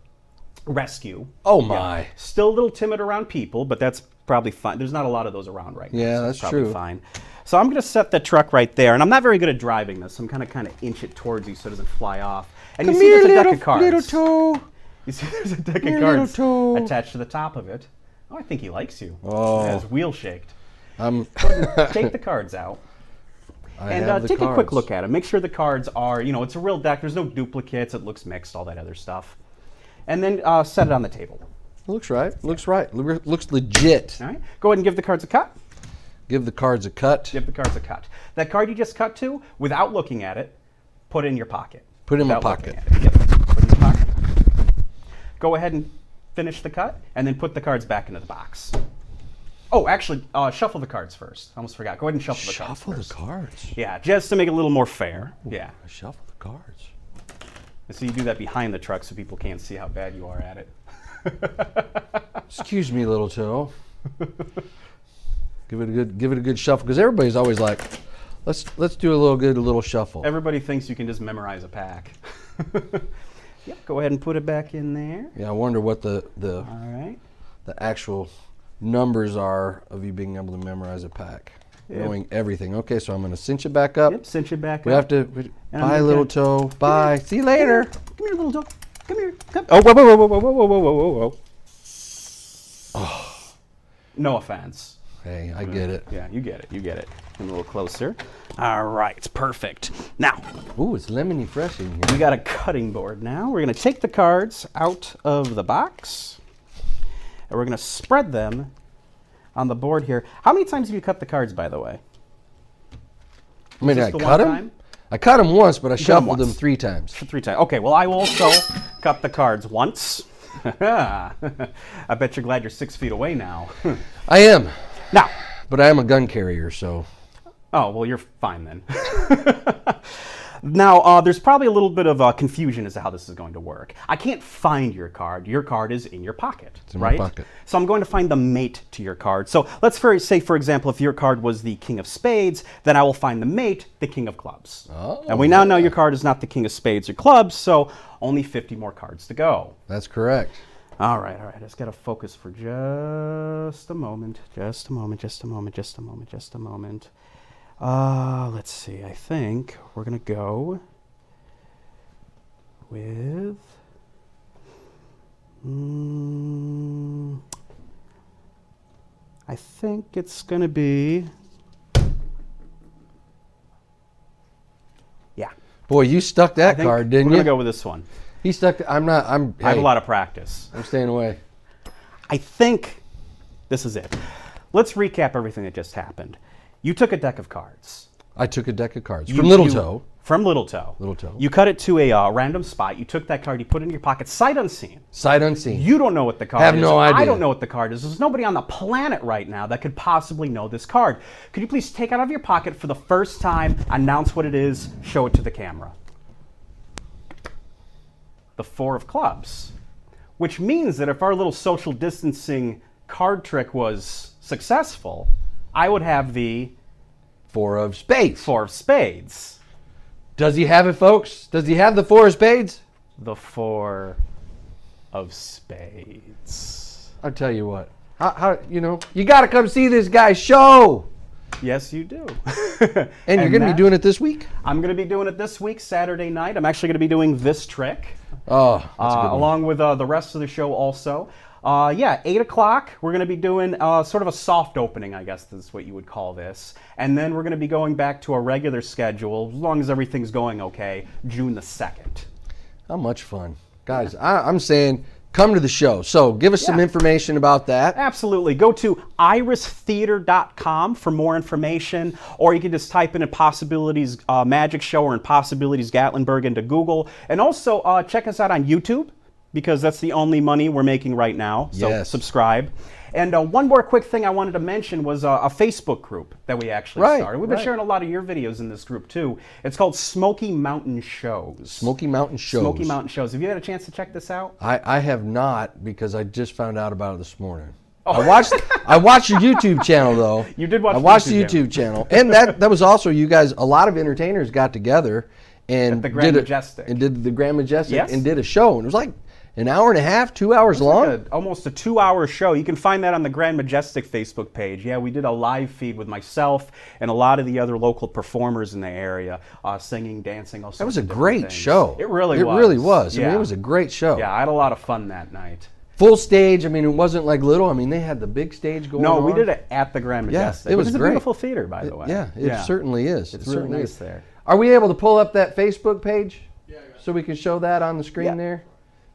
Speaker 8: rescue.
Speaker 1: Oh, my.
Speaker 8: Still a little timid around people, but that's probably fine. There's not a lot of those around right now.
Speaker 1: Yeah,
Speaker 8: so
Speaker 1: that's
Speaker 8: probably
Speaker 1: true.
Speaker 8: Fine. So I'm gonna set the truck right there, and I'm not very good at driving this. So I'm kind of kind of inch it towards you so it doesn't fly off. And <laughs> you see there's a deck of cards.
Speaker 1: little toe.
Speaker 8: You see there's a deck
Speaker 1: Here,
Speaker 8: of
Speaker 1: little
Speaker 8: cards
Speaker 1: toe.
Speaker 8: attached to the top of it. Oh, I think he likes you.
Speaker 1: Oh.
Speaker 8: As wheel shaked. <laughs>
Speaker 1: Um,
Speaker 8: Take the
Speaker 1: <laughs>
Speaker 8: cards out.
Speaker 1: I
Speaker 8: And uh,
Speaker 1: have the
Speaker 8: take a quick
Speaker 1: cards.
Speaker 8: look at them. Make sure the cards are, you know, it's a real deck. There's no duplicates. It looks mixed, all that other stuff. And then uh, set it on the table.
Speaker 1: Looks right. Looks right. Lo- Looks legit.
Speaker 8: All right. Go ahead and give the cards a cut.
Speaker 1: Give the cards a cut.
Speaker 8: Give the cards a cut. That card you just cut to, without looking at it, put it in your pocket.
Speaker 1: Put it in my
Speaker 8: Without looking
Speaker 1: pocket.
Speaker 8: at it. Yep. Put it in your pocket. Go ahead and finish the cut, and then put the cards back into the box. Oh, actually, uh, shuffle the cards first. I almost forgot. Go ahead and shuffle the cards.
Speaker 1: Shuffle the
Speaker 8: first.
Speaker 1: cards.
Speaker 8: Yeah, just to make it a little more fair. yeah.
Speaker 1: Shuffle the cards.
Speaker 8: And so you do that behind the truck so people can't see how bad you are at it.
Speaker 1: Excuse me, little
Speaker 8: <laughs>
Speaker 1: toe. give it a good, give it a good shuffle, because everybody's always like, let's let's do a little good, little shuffle.
Speaker 8: Everybody thinks you can just memorize a pack. <laughs> yeah, go ahead and put it back in there.
Speaker 1: Yeah, I wonder what the the
Speaker 8: All right.
Speaker 1: the actual numbers are of you being able to memorize a pack,
Speaker 8: Yeah.
Speaker 1: knowing everything. Okay, so I'm going to cinch it back up.
Speaker 8: Yep, cinch it back
Speaker 1: We have
Speaker 8: up.
Speaker 1: to. We,
Speaker 8: I'm
Speaker 1: bye,
Speaker 8: gonna-
Speaker 1: little toe. Bye. See you later.
Speaker 8: Come here, little dog. Come here. Come. Oh, whoa, whoa, whoa, whoa, whoa, whoa, whoa, whoa, whoa, whoa. <sighs> No offense.
Speaker 1: Hey, I get it.
Speaker 8: Yeah, you get it. You get it. Come a little closer. All right, perfect. Now,
Speaker 1: Ooh, it's lemony fresh in here.
Speaker 8: we got a cutting board now. We're going to take the cards out of the box and we're going to spread them on the board here. How many times have you cut the cards, by the way?
Speaker 1: I mean,
Speaker 8: this
Speaker 1: I
Speaker 8: the
Speaker 1: cut
Speaker 8: one
Speaker 1: him.
Speaker 8: time?
Speaker 1: I cut him once, but I
Speaker 8: cut 'em
Speaker 1: shuffled him
Speaker 8: once.
Speaker 1: three times.
Speaker 8: Three times. Okay, well, I also cut the cards once. <laughs> I bet you're glad you're six feet away now. <laughs>
Speaker 1: I am,
Speaker 8: now,
Speaker 1: but I am a gun carrier, so
Speaker 8: Oh, well, you're fine then. <laughs> now, uh, there's probably a little bit of uh, confusion as to how this is going to work. I can't find your card. Your card is in your pocket,
Speaker 1: in my
Speaker 8: right?
Speaker 1: pocket.
Speaker 8: So I'm going to find the mate to your card. So let's for, say, for example, if your card was the King of Spades, then I will find the mate, the King of Clubs.
Speaker 1: Oh.
Speaker 8: and we now know your card is not the King of Spades or Clubs, so only 50 more cards to go.
Speaker 1: that's correct.
Speaker 8: All right, all right. I just got to focus for just a moment. Just a moment, just a moment, just a moment, just a moment. Uh, let's see. I think we're going to go with. Mm, I think it's going to be. Yeah.
Speaker 1: Boy, you stuck
Speaker 8: I
Speaker 1: that
Speaker 8: think
Speaker 1: card, didn't you?
Speaker 8: we're going to go with this one.
Speaker 1: he stuck. th- I'm not. I'm.
Speaker 8: I have a lot of practice.
Speaker 1: I'm staying away.
Speaker 8: I think this is it. Let's recap everything that just happened. You took a deck of cards.
Speaker 1: I took a deck of cards
Speaker 8: You-
Speaker 1: from Little
Speaker 8: you-
Speaker 1: Toe.
Speaker 8: From Little Toe.
Speaker 1: Little Toe.
Speaker 8: You cut it to a uh, random spot. You took that card. You put it in your pocket, sight unseen.
Speaker 1: Sight unseen.
Speaker 8: You don't know what the card
Speaker 1: Have
Speaker 8: is.
Speaker 1: no
Speaker 8: I
Speaker 1: idea.
Speaker 8: don't know what the card is. There's nobody on the planet right now that could possibly know this card. Could you please take it out of your pocket for the first time, announce what it is, show it to the camera? The Four of Clubs. Which means that if our little social distancing card trick was successful, I would have the
Speaker 1: Four of Spades.
Speaker 8: Four of Spades.
Speaker 1: Does he have it, folks? Does he have the Four of Spades?
Speaker 8: The Four of Spades.
Speaker 1: I'll tell you what. How, how you know? You got to come see this guy's show,
Speaker 8: Yes, you do. <laughs>
Speaker 1: and, you're going to be
Speaker 8: that-
Speaker 1: doing it this week.
Speaker 8: I'm going to be doing it this week, Saturday night. I'm actually going to be doing this trick
Speaker 1: Oh, that's a
Speaker 8: uh,
Speaker 1: good one.
Speaker 8: along with uh, the rest of the show also. Uh, yeah, 8 o'clock, we're going to be doing uh, sort of a soft opening, I guess is what you would call this. And then we're going to be going back to our regular schedule, as long as everything's going okay, June the 2nd.
Speaker 1: How much fun, guys! I, I'm saying, come to the show. So give us some
Speaker 8: Yeah.
Speaker 1: information about that.
Speaker 8: Absolutely. Go to iristheater.com for more information, or you can just type in Impossibilities uh, Magic Show or Impossibilities Gatlinburg into Google. And also uh, check us out on YouTube because that's the only money we're making right now. So
Speaker 1: Yes.
Speaker 8: subscribe. And uh, one more quick thing I wanted to mention was uh, a Facebook group that we actually
Speaker 1: Right,
Speaker 8: started. We've been
Speaker 1: right.
Speaker 8: sharing a lot of your videos in this group too. It's called Smoky Mountain Shows.
Speaker 1: Smoky Mountain shows.
Speaker 8: Smoky Mountain Shows. Have you had a chance to check this out?
Speaker 1: I, I have not because I just found out about it this morning. I watched I watched your YouTube channel though.
Speaker 8: Oh. <laughs> You did watch
Speaker 1: I
Speaker 8: the
Speaker 1: watched the
Speaker 8: YouTube
Speaker 1: YouTube channel, and that that was also you guys. A lot of entertainers got together and
Speaker 8: the Grand
Speaker 1: did a-
Speaker 8: Majestic.
Speaker 1: and did the Grand Majestic
Speaker 8: Yes.
Speaker 1: and did a show, and it was like an hour and a half, two hours long.
Speaker 8: a- almost a two hour show. You can find that on the Grand Majestic Facebook page. Yeah, we did a live feed with myself and a lot of the other local performers in the area, uh, singing, dancing, all
Speaker 1: that was
Speaker 8: sorts
Speaker 1: a
Speaker 8: of different
Speaker 1: great
Speaker 8: things.
Speaker 1: show.
Speaker 8: It really
Speaker 1: it
Speaker 8: was.
Speaker 1: really was. I
Speaker 8: Yeah.
Speaker 1: mean, it was a great show.
Speaker 8: Yeah, I had a lot of fun that night.
Speaker 1: Full stage. I mean, it wasn't like little. I mean, they had the big stage going.
Speaker 8: No, we
Speaker 1: on.
Speaker 8: did it at the Grand
Speaker 1: Yeah,
Speaker 8: Majestic.
Speaker 1: it was
Speaker 8: which is
Speaker 1: great.
Speaker 8: a beautiful theater, by the way.
Speaker 1: Yeah, it certainly is.
Speaker 8: It's
Speaker 1: it
Speaker 8: really
Speaker 1: certainly
Speaker 8: nice
Speaker 1: is.
Speaker 8: there.
Speaker 1: Are we able to pull up that Facebook page? Yeah. So we can show that on the screen
Speaker 8: Yeah.
Speaker 1: there.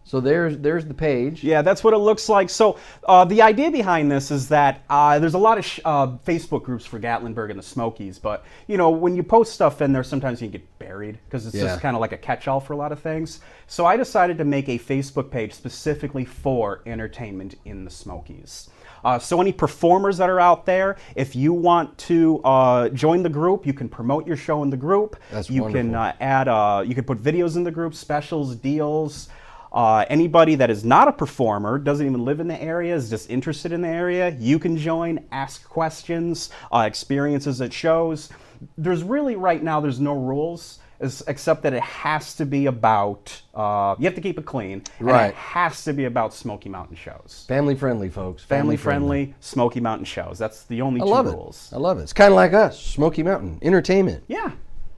Speaker 1: So there's there's the page.
Speaker 8: Yeah, that's what it looks like. So uh, the idea behind this is that uh, there's a lot of sh- uh, Facebook groups for Gatlinburg and the Smokies, but you know when you post stuff in there, sometimes you can get buried because it's
Speaker 1: Yeah.
Speaker 8: just kind of like a catch-all for a lot of things. So I decided to make a Facebook page specifically for entertainment in the Smokies. Uh, so, any performers that are out there, if you want to uh, join the group, you can promote your show in the group.
Speaker 1: That's
Speaker 8: you can
Speaker 1: wonderful.
Speaker 8: uh, add, uh, you can put videos in the group, specials, deals. Uh, anybody that is not a performer, doesn't even live in the area, is just interested in the area, you can join, ask questions, uh, experiences at shows. There's really, right now, there's no rules. is- Except that it has to be about, uh, you have to keep it clean. and
Speaker 1: Right.
Speaker 8: it has to be about Smoky Mountain shows.
Speaker 1: Family friendly, folks.
Speaker 8: Family friendly Smoky Mountain shows. That's the only
Speaker 1: I
Speaker 8: two
Speaker 1: love it.
Speaker 8: rules.
Speaker 1: I love it. It's kind of like us, Smoky Mountain Entertainment.
Speaker 8: Yeah,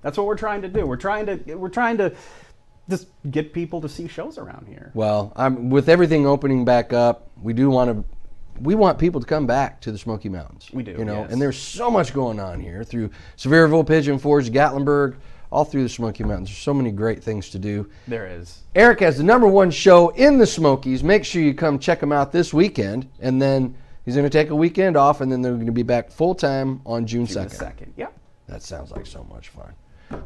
Speaker 8: that's what we're trying to do. We're trying to we're trying to just get people to see shows around here.
Speaker 1: Well, I'm, with everything opening back up, we do want to. We want people to come back to the Smoky Mountains.
Speaker 8: We do,
Speaker 1: you know.
Speaker 8: yes.
Speaker 1: And there's so much going on here through Sevierville, Pigeon Forge, Gatlinburg, all through the Smoky Mountains. There's so many great things to do.
Speaker 8: There is.
Speaker 1: Eric has the number one show in the Smokies. Make sure you come check him out this weekend, and then he's going to take a weekend off, and then they're going to be back full time on June
Speaker 8: The
Speaker 1: second.
Speaker 8: second. Yep.
Speaker 1: That sounds like so much fun.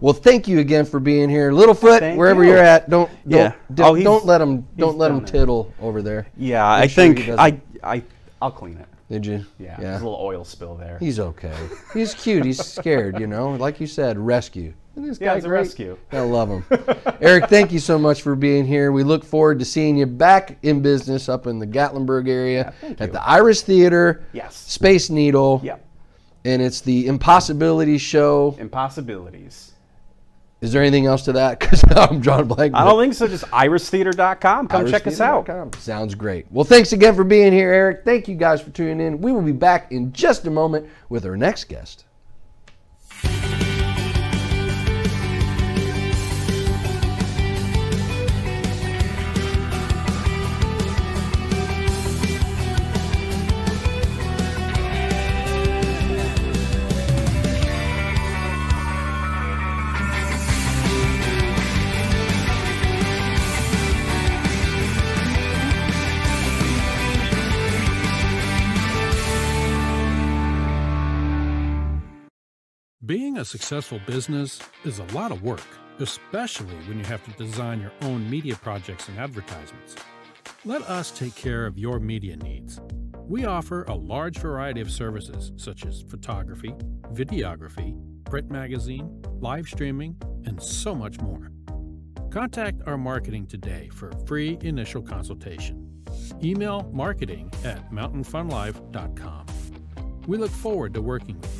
Speaker 1: Well, thank you again for being here, Littlefoot.
Speaker 8: Thank
Speaker 1: wherever
Speaker 8: you.
Speaker 1: are at, don't don't
Speaker 8: Yeah.
Speaker 1: di-
Speaker 8: Oh, he's-
Speaker 1: don't let him don't
Speaker 8: he's
Speaker 1: let him
Speaker 8: down there.
Speaker 1: tittle over there. Make
Speaker 8: Yeah, I
Speaker 1: sure
Speaker 8: think
Speaker 1: he doesn't-
Speaker 8: I I I'll clean it.
Speaker 1: did you.
Speaker 8: Yeah, There's a little oil spill there.
Speaker 1: He's okay. He's cute. He's scared. You know, like you said, rescue. Isn't this
Speaker 8: Yeah,
Speaker 1: guy
Speaker 8: it's a
Speaker 1: great?
Speaker 8: rescue.
Speaker 1: I love him. Eric, thank you so much for being here. We look forward to seeing you back in business up in the Gatlinburg area at the Iris Theater.
Speaker 8: Yes.
Speaker 1: Space Needle.
Speaker 8: Yep.
Speaker 1: And it's the Impossibility Show.
Speaker 8: Impossibilities.
Speaker 1: Is there anything else to that? <laughs> Because I'm John Blank.
Speaker 8: I don't think so. Just iristheater.com. Come check us out.
Speaker 1: IrisTheater.com. Sounds great. Well, thanks again for being here, Eric. Thank you guys for tuning in. We will be back in just a moment with our next guest.
Speaker 10: Being a successful business is a lot of work, especially when you have to design your own media projects and advertisements. Let us take care of your media needs. We offer a large variety of services such as photography, videography, print magazine, live streaming, and so much more. Contact our marketing today for a free initial consultation. Email marketing at mountainfunlife.com. We look forward to working with you.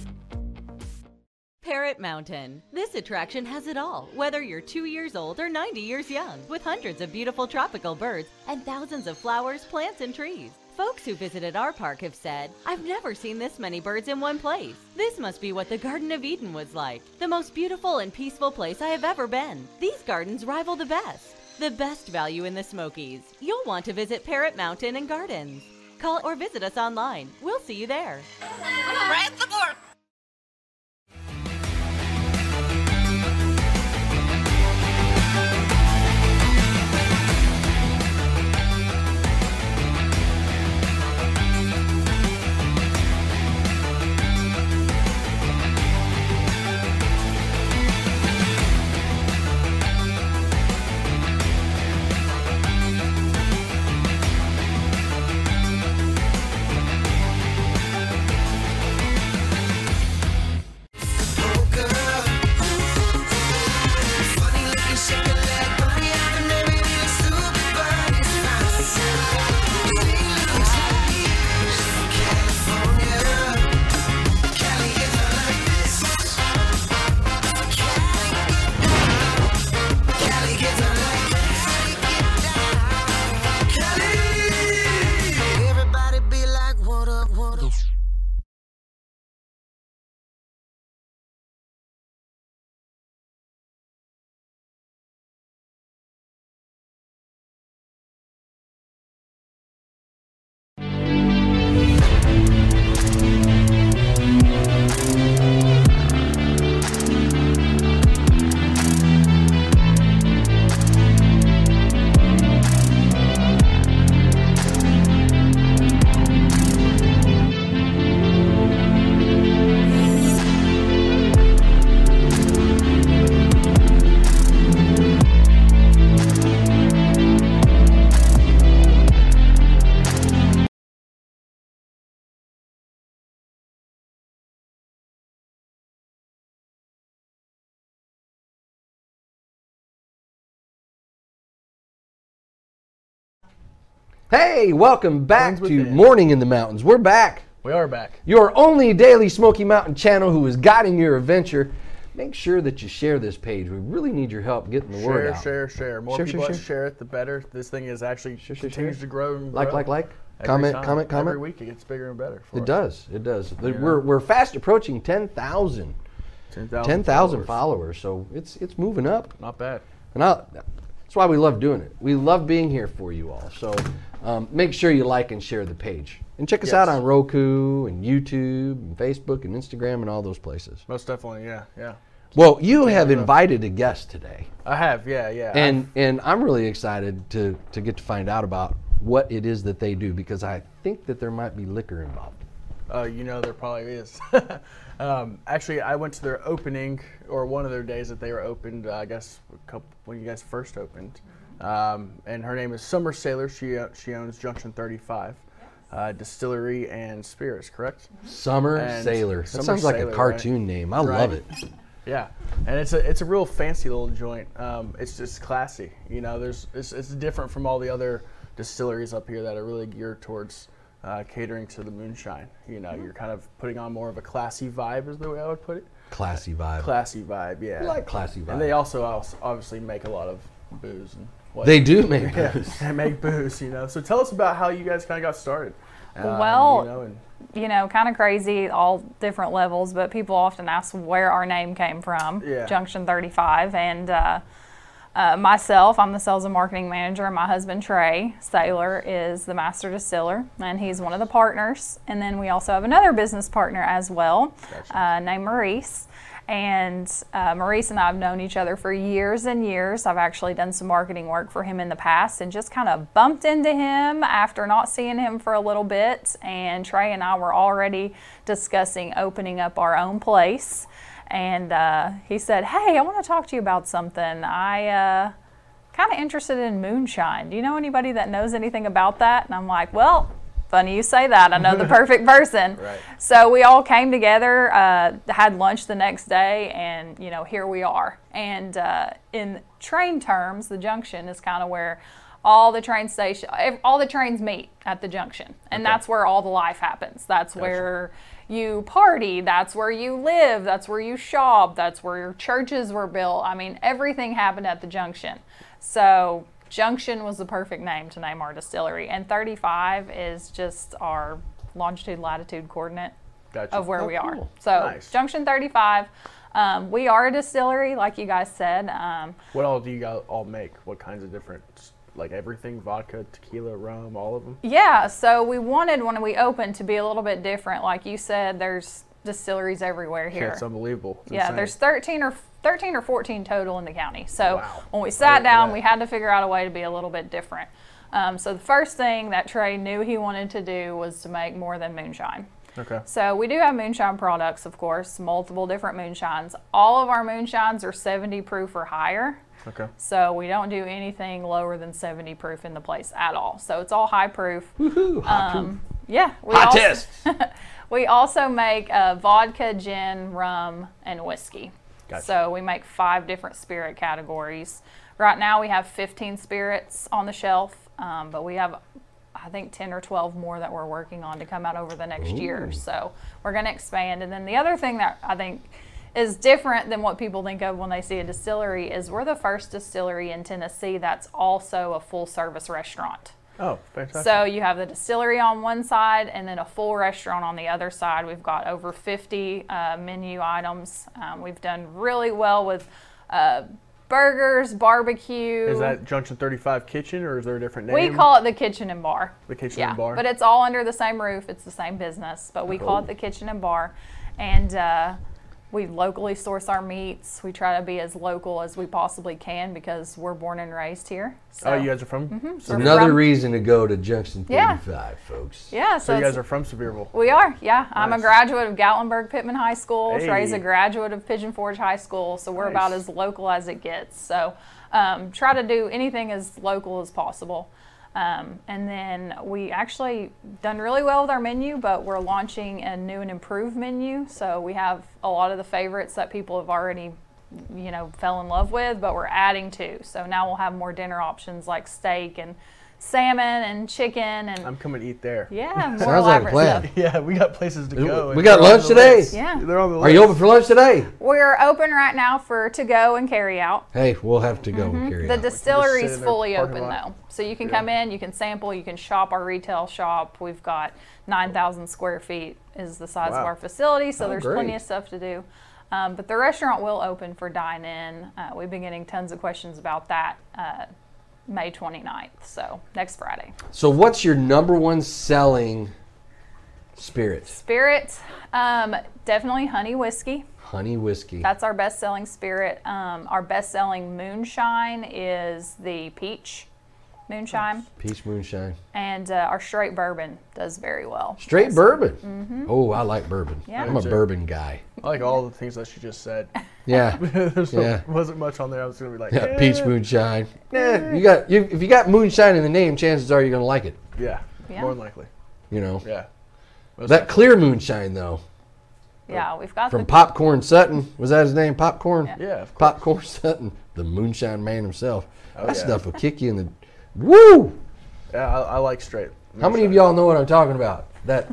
Speaker 11: Parrot Mountain. This attraction has it all, whether you're two years old or 90 years young, with hundreds of beautiful tropical birds and thousands of flowers, plants, and trees. Folks who visited our park have said, I've never seen this many birds in one place. This must be what the Garden of Eden was like, the most beautiful and peaceful place I have ever been. These gardens rival the best. The best value in the Smokies. You'll want to visit Parrot Mountain and Gardens. Call or visit us online. We'll see you there.
Speaker 1: Hey, welcome back to Morning in the Mountains. We're back.
Speaker 2: We are back.
Speaker 1: Your only daily Smoky Mountain channel who is guiding your adventure. Make sure that you share this page. We really need your help getting the word
Speaker 2: Share,
Speaker 1: out.
Speaker 2: share, share. More
Speaker 1: Share, share,
Speaker 2: people that
Speaker 1: share.
Speaker 2: share it, the better. This thing is actually continues
Speaker 1: share.
Speaker 2: to grow and
Speaker 1: Like,
Speaker 2: grow.
Speaker 1: like, like.
Speaker 2: Every
Speaker 1: Comment,
Speaker 2: time,
Speaker 1: comment, comment.
Speaker 2: Every week it gets bigger and better. For
Speaker 1: It
Speaker 2: us.
Speaker 1: does. It does. The-
Speaker 2: You know?
Speaker 1: We're, we're fast approaching 10,000
Speaker 2: 10,000
Speaker 1: 10,000 followers. So it's it's moving up.
Speaker 2: Not bad.
Speaker 1: And I, that's why we love doing it. We love being here for you all. So um, make sure you like and share the page. And check us out
Speaker 2: Yes.
Speaker 1: on Roku and YouTube and Facebook and Instagram and all those places.
Speaker 2: Most definitely, yeah, yeah.
Speaker 1: Well, you have invited a guest today.
Speaker 2: I have, yeah, yeah. I've-
Speaker 1: And and I'm really excited to to get to find out about what it is that they do because I think that there might be liquor involved.
Speaker 2: Uh, you know, there probably is. <laughs> um, actually, I went to their opening or one of their days that they were opened. Uh, I guess a couple, when you guys first opened. Um, and her name is Summer Sailor. She o- she owns Junction 35 uh, Distillery and Spirits, correct?
Speaker 1: Summer Sailor. That
Speaker 2: Summer
Speaker 1: sounds like
Speaker 2: Sailor,
Speaker 1: a
Speaker 2: right?
Speaker 1: cartoon name. I love it.
Speaker 2: Right. Yeah, and it's a it's a real fancy little joint. Um, it's just classy, you know. There's it's, it's different from all the other distilleries up here that are really geared towards uh, catering to the moonshine. You know, you're kind of putting on more of a classy vibe, is the way I would put it.
Speaker 1: Classy vibe.
Speaker 2: Classy vibe, yeah.
Speaker 1: We like classy vibe.
Speaker 2: And they also als- obviously make a lot of booze and. What
Speaker 1: They do <laughs> make
Speaker 2: Yeah,
Speaker 1: booze.
Speaker 2: they make booze, you know. So tell us about how you guys kind of got started. Um,
Speaker 11: Well,
Speaker 2: you know, and
Speaker 11: you know, kind of crazy, all different levels, but people often ask where our name came from,
Speaker 12: Yeah.
Speaker 11: Junction 35. And uh, uh, myself, I'm the sales and marketing manager, and my husband, Trey Saylor, is the master distiller, and he's one of the partners. And then we also have another business partner as well, uh, named Maurice. And uh, Maurice and I have known each other for years and years. I've actually done some marketing work for him in the past and just kind of bumped into him after not seeing him for a little bit. And Trey and I were already discussing opening up our own place. And uh, he said, Hey, I want to talk to you about something. I. Uh, kind of interested in moonshine. Do you know anybody that knows anything about that? And I'm like, well, funny you say that.
Speaker 13: <laughs>
Speaker 11: I know the perfect person.
Speaker 13: Right.
Speaker 11: So we all came together, uh, had lunch the next day, and you know here we are. And uh, in train terms, the junction is kind of where all the train station, ev- all the trains meet at the junction, and
Speaker 13: Okay.
Speaker 11: that's where all the life happens. That's where you party. That's where you live. That's where you shop. That's where your churches were built. I mean, everything happened at the junction. So Junction was the perfect name to name our distillery, and 35 is just our longitude latitude coordinate
Speaker 2: Gotcha.
Speaker 11: of where
Speaker 2: Oh,
Speaker 11: we are.
Speaker 2: cool.
Speaker 11: So
Speaker 2: Nice.
Speaker 11: Junction 35. Um, we are a distillery, like you guys said. Um,
Speaker 2: What all do you guys all make? What kinds of different, like everything, vodka, tequila, rum, all of them?
Speaker 11: Yeah, so we wanted when we opened to be a little bit different. Like you said, there's distilleries everywhere
Speaker 2: Yeah,
Speaker 11: here.
Speaker 2: it's unbelievable. It's
Speaker 11: yeah,
Speaker 2: insane.
Speaker 11: there's 13 or 13 or 14 total in the county. So when we
Speaker 2: I
Speaker 11: sat
Speaker 2: didn't know
Speaker 11: down,
Speaker 2: that.
Speaker 11: we had to figure out a way to be a little bit different. Um, so the first thing that Trey knew he wanted to do was to make more than moonshine.
Speaker 2: Okay.
Speaker 11: So we do have moonshine products, of course, multiple different moonshines. All of our moonshines are 70 proof or higher.
Speaker 2: Okay.
Speaker 11: So we don't do anything lower than 70 proof in the place at all. So it's all high proof. Woohoo!
Speaker 13: high
Speaker 11: yeah. We
Speaker 13: High
Speaker 11: also,
Speaker 13: test.
Speaker 11: we also make uh, vodka, gin, rum, and whiskey.
Speaker 13: Gotcha.
Speaker 11: So we make five different spirit categories. Right now we have 15 spirits on the shelf, um, but we have I think 10 or 12 more that we're working on to come out over the next year.
Speaker 13: Ooh.
Speaker 11: So we're going to expand. And then the other thing that I think is different than what people think of when they see a distillery is we're the first distillery in Tennessee that's also a full service restaurant.
Speaker 2: Oh, fantastic.
Speaker 11: So you have the distillery on one side and then a full restaurant on the other side. We've got over 50 uh, menu items. Um, we've done really well with uh, burgers, barbecue.
Speaker 2: is that Junction 35 Kitchen or is there a different name?
Speaker 11: we call it the kitchen and bar.
Speaker 2: the kitchen
Speaker 11: yeah,
Speaker 2: and bar.
Speaker 11: but it's all under the same roof. It's the same business, but we call
Speaker 2: Cool.
Speaker 11: it the kitchen and bar, and uh, we locally source our meats. We try to be as local as we possibly can because we're born and raised here. So.
Speaker 2: oh, you guys are from?
Speaker 11: Mhm,
Speaker 1: It's
Speaker 11: we're
Speaker 1: another
Speaker 11: from-
Speaker 1: reason to go to Junction
Speaker 11: Yeah.
Speaker 1: 35, folks.
Speaker 11: Yeah, so
Speaker 2: So, you
Speaker 11: it's-
Speaker 2: guys are from Sevierville.
Speaker 11: We are, yeah. I'm a
Speaker 2: Nice.
Speaker 11: graduate of Gatlinburg Pittman High School.
Speaker 2: Hey.
Speaker 11: Trey's a graduate of Pigeon Forge High School, so we're about
Speaker 13: Nice.
Speaker 11: as local as it gets. So um, try to do anything as local as possible. Um, and then we actually done really well with our menu, but we're launching a new and improved menu. So we have a lot of the favorites that people have already, you know, fell in love with, but we're adding to. So now we'll have more dinner options like steak and salmon and chicken and
Speaker 2: I'm coming to eat there.
Speaker 11: Yeah, more Sounds like a elaborate plan. stuff.
Speaker 2: <laughs> Yeah, we got places to
Speaker 1: We-
Speaker 2: go.
Speaker 1: we
Speaker 2: and
Speaker 1: got
Speaker 2: they're on
Speaker 1: lunch
Speaker 2: the
Speaker 1: today?
Speaker 2: list.
Speaker 11: Yeah.
Speaker 2: They're on the
Speaker 1: Are you open for lunch today?
Speaker 11: we're open right now for to go and carry out.
Speaker 1: Hey, we'll have to go
Speaker 11: Mhm.
Speaker 1: carry
Speaker 11: The
Speaker 1: out.
Speaker 11: distillery's
Speaker 1: sit in their
Speaker 11: fully
Speaker 1: parking
Speaker 11: open
Speaker 1: lot.
Speaker 11: though, so you can come in, you can sample, you can shop our retail shop. We've got 9,000 square feet is the size of
Speaker 12: Wow.
Speaker 11: our facility, so
Speaker 12: Oh,
Speaker 11: there's
Speaker 12: great.
Speaker 11: plenty of stuff to do. Um, but the restaurant will open for dine in. Uh, we've been getting tons of questions about that. Uh, May 29th, so next Friday.
Speaker 1: So what's your number one selling spirit?
Speaker 11: Spirits, um, definitely honey whiskey.
Speaker 1: Honey whiskey.
Speaker 11: That's our best selling spirit. Um, our best selling moonshine is the peach moonshine,
Speaker 1: Peach moonshine.
Speaker 11: and uh, our straight bourbon does very well.
Speaker 1: Straight bourbon.
Speaker 11: Mhm.
Speaker 1: Oh, I like bourbon.
Speaker 11: Yeah.
Speaker 1: I'm a
Speaker 11: Me too.
Speaker 1: bourbon guy.
Speaker 2: I like all the things that she just said. <laughs>
Speaker 1: Yeah.
Speaker 2: There's no-
Speaker 1: Yeah.
Speaker 2: wasn't much on there. I was gonna be like,
Speaker 1: Yeah, peach
Speaker 2: "Eh."
Speaker 1: moonshine.
Speaker 2: Yeah.
Speaker 1: Yeah, you got you, if you got moonshine in the name, chances are you're gonna like it.
Speaker 2: Yeah,
Speaker 11: Yeah.
Speaker 2: more than likely.
Speaker 1: You know.
Speaker 2: Yeah. Most
Speaker 1: That clear moonshine though,
Speaker 11: Yeah, we've got
Speaker 1: from
Speaker 11: the
Speaker 1: Popcorn Sutton, was that his name? Popcorn.
Speaker 11: Yeah. Yeah, of
Speaker 1: Popcorn Sutton, the moonshine man himself.
Speaker 2: Oh,
Speaker 1: that
Speaker 2: yeah.
Speaker 1: stuff will kick you in the. Woo!
Speaker 2: Yeah, I, I like straight.
Speaker 1: How many of y'all know what I'm talking about? That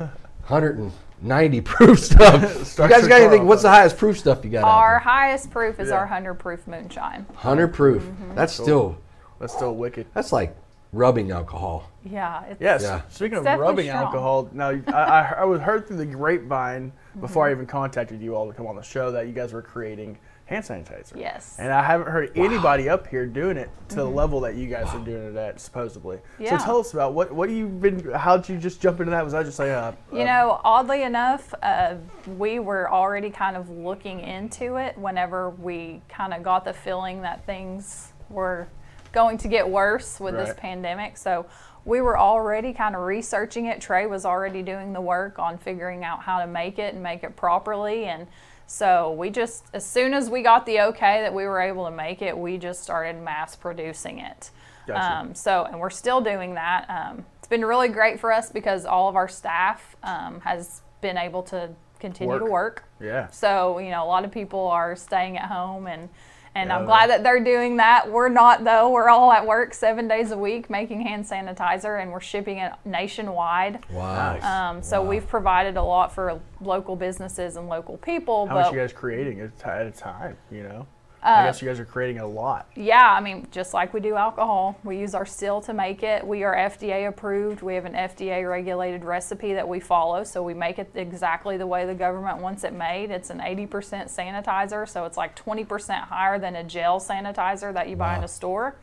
Speaker 1: 190 proof
Speaker 2: <laughs>
Speaker 1: stuff. you
Speaker 2: Starts
Speaker 1: guys got
Speaker 2: your car
Speaker 1: anything?
Speaker 2: off
Speaker 1: What's the highest proof stuff you got? out
Speaker 11: our highest proof is
Speaker 1: Yeah.
Speaker 11: our hundred proof moonshine.
Speaker 1: there? 100 proof.
Speaker 11: Mm-hmm.
Speaker 1: That's
Speaker 2: Cool.
Speaker 1: still.
Speaker 2: That's still wicked.
Speaker 1: That's like rubbing alcohol.
Speaker 11: Yeah. It's,
Speaker 2: Yes.
Speaker 1: Yeah.
Speaker 2: Speaking of
Speaker 11: It's definitely
Speaker 2: rubbing
Speaker 11: strong.
Speaker 2: alcohol, now you- I, I, I was heard through the grapevine before
Speaker 11: Mm-hmm.
Speaker 2: I even contacted you all to come on the show that you guys were creating hand sanitizer.
Speaker 11: Yes. Mm-hmm.
Speaker 2: And I haven't heard anybody up here doing it to the level that you guys are doing it at, supposedly.
Speaker 11: Yeah.
Speaker 2: So tell us about what what you've been. How'd you just jump into that? Was I just like, uh,
Speaker 11: You know, oddly enough, uh, we were already kind of looking into it whenever we kind of got the feeling that things were going to get worse with this
Speaker 12: Right.
Speaker 11: pandemic. So we were already kind of researching it. Trey was already doing the work on figuring out how to make it and make it properly. And so we just, as soon as we got the okay that we were able to make it, we just started mass producing it.
Speaker 12: Gotcha.
Speaker 11: Um, so, and we're still doing that. Um, it's been really great for us because all of our staff um, has been able to continue to
Speaker 12: Work.
Speaker 11: work.
Speaker 12: Yeah.
Speaker 11: So, you know, a lot of people are staying at home and. And I'm
Speaker 12: Yeah.
Speaker 11: glad that they're doing that. We're not though. We're all at work seven days a week making hand sanitizer, and we're shipping it nationwide.
Speaker 2: Wow. Nice.
Speaker 11: Um, so we've provided a lot for local businesses and local people.
Speaker 2: how
Speaker 11: but
Speaker 2: much you guys creating at a ti- at a time? You know, I
Speaker 11: Uh,
Speaker 2: guess you guys are creating a lot.
Speaker 11: Yeah, I mean, just like we do alcohol, we use our still to make it. We are FDA approved. We have an FDA regulated recipe that we follow, so we make it exactly the way the government wants it made. It's an 80% sanitizer, so it's like 20% higher than a gel sanitizer that you buy in
Speaker 12: Wow.
Speaker 11: a store.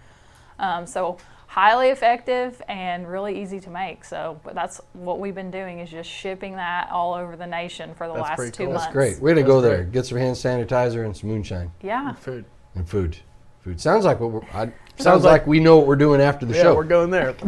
Speaker 11: Um, so highly effective and really easy to make. So but that's what we've been doing is just shipping that all over the nation for the
Speaker 2: That's
Speaker 11: last
Speaker 2: pretty
Speaker 11: two
Speaker 2: cool.
Speaker 11: months.
Speaker 1: That's great. We're gonna
Speaker 2: That's
Speaker 1: go there.
Speaker 2: great.
Speaker 1: Get some hand sanitizer and some moonshine
Speaker 11: Yeah.
Speaker 2: Food.
Speaker 1: and food. Food sounds like what we're. I, sounds,
Speaker 2: Sounds
Speaker 1: like,
Speaker 2: like-
Speaker 1: we know what we're doing after the
Speaker 2: yeah,
Speaker 1: show.
Speaker 2: we're going there. <laughs>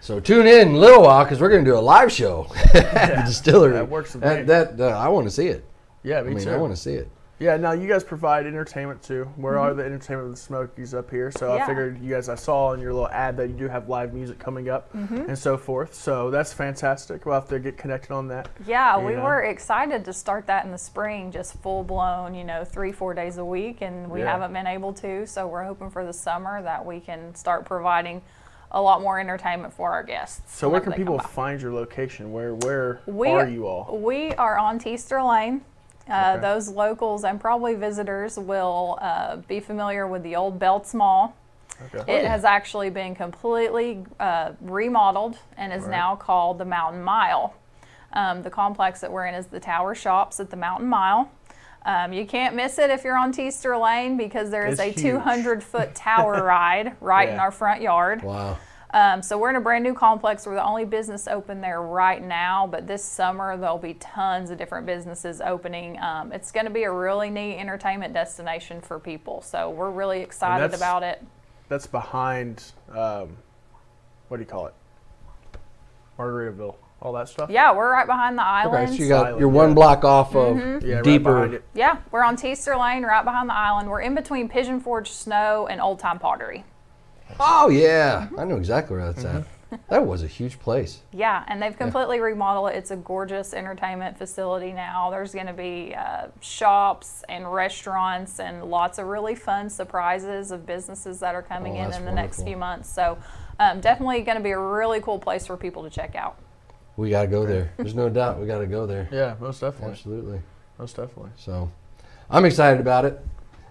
Speaker 1: So tune in in a little while because we're going to do a live show <laughs> at the distillery.
Speaker 2: that works with me.
Speaker 1: That, that uh, I want to see it.
Speaker 2: Yeah,
Speaker 1: I
Speaker 2: me
Speaker 1: mean,
Speaker 2: too.
Speaker 1: I want to see it.
Speaker 2: Yeah, now you guys provide entertainment too. Where are
Speaker 11: Mhm.
Speaker 2: the entertainment of the Smokies up here? So
Speaker 11: Yeah.
Speaker 2: I figured you guys, I saw in your little ad that you do have live music coming up
Speaker 11: Mhm.
Speaker 2: and so forth. So that's fantastic. We'll have to get connected on that.
Speaker 11: Yeah,
Speaker 2: you
Speaker 11: we
Speaker 2: know.
Speaker 11: were excited to start that in the spring, just full blown, you know, three, four days a week, and we
Speaker 2: Yeah.
Speaker 11: haven't been able to. So we're hoping for the summer that we can start providing a lot more entertainment for our guests.
Speaker 2: So where
Speaker 11: whenever
Speaker 2: can
Speaker 11: they come
Speaker 2: people
Speaker 11: by.
Speaker 2: find your location? Where where
Speaker 11: We-
Speaker 2: are you all?
Speaker 11: We are on Teaster Lane. Uh,
Speaker 2: Okay.
Speaker 11: Those locals and probably visitors will uh, be familiar with the old Belts Mall.
Speaker 12: Okay.
Speaker 11: It has actually been completely uh, remodeled and is
Speaker 12: Right.
Speaker 11: now called the Mountain Mile. Um, the complex that we're in is the Tower Shops at the Mountain Mile. Um, you can't miss it if you're on Teaster Lane because there is
Speaker 12: It's
Speaker 11: a
Speaker 12: huge.
Speaker 11: 200
Speaker 12: <laughs>
Speaker 11: foot tower ride right in
Speaker 12: Yeah.
Speaker 11: our front yard.
Speaker 1: Wow.
Speaker 11: Um, so we're in a brand new complex. We're the only business open there right now, but this summer there'll be tons of different businesses opening. Um, it's going to be a really neat entertainment destination for people. So we're really excited
Speaker 2: that's-
Speaker 11: about it.
Speaker 2: That's behind um, what do you call it? Margaritaville. All that stuff.
Speaker 11: Yeah, we're right behind the island.
Speaker 1: so you got
Speaker 2: Island,
Speaker 1: you're one
Speaker 2: yeah.
Speaker 1: block off of
Speaker 11: Mhm.
Speaker 2: Yeah, right
Speaker 1: deeper.
Speaker 2: behind it.
Speaker 11: Yeah, we're on Teaster Lane, right behind the island. We're in between Pigeon Forge Snow and Old Time Pottery.
Speaker 1: oh yeah, I know exactly where that's at.
Speaker 2: Mm-hmm.
Speaker 1: That was a huge place.
Speaker 11: Yeah, and they've completely remodeled it. It's a gorgeous entertainment facility now. There's going to be uh, shops and restaurants and lots of really fun surprises of businesses that are coming
Speaker 1: Oh,
Speaker 11: in in
Speaker 1: that's
Speaker 11: the next
Speaker 1: wonderful.
Speaker 11: few months. So, um, definitely going to be a really cool place for people to check out.
Speaker 1: We got to go there. There's no doubt we got to go there.
Speaker 2: Yeah, most definitely.
Speaker 1: Absolutely.
Speaker 2: Most definitely.
Speaker 1: So I'm excited about it.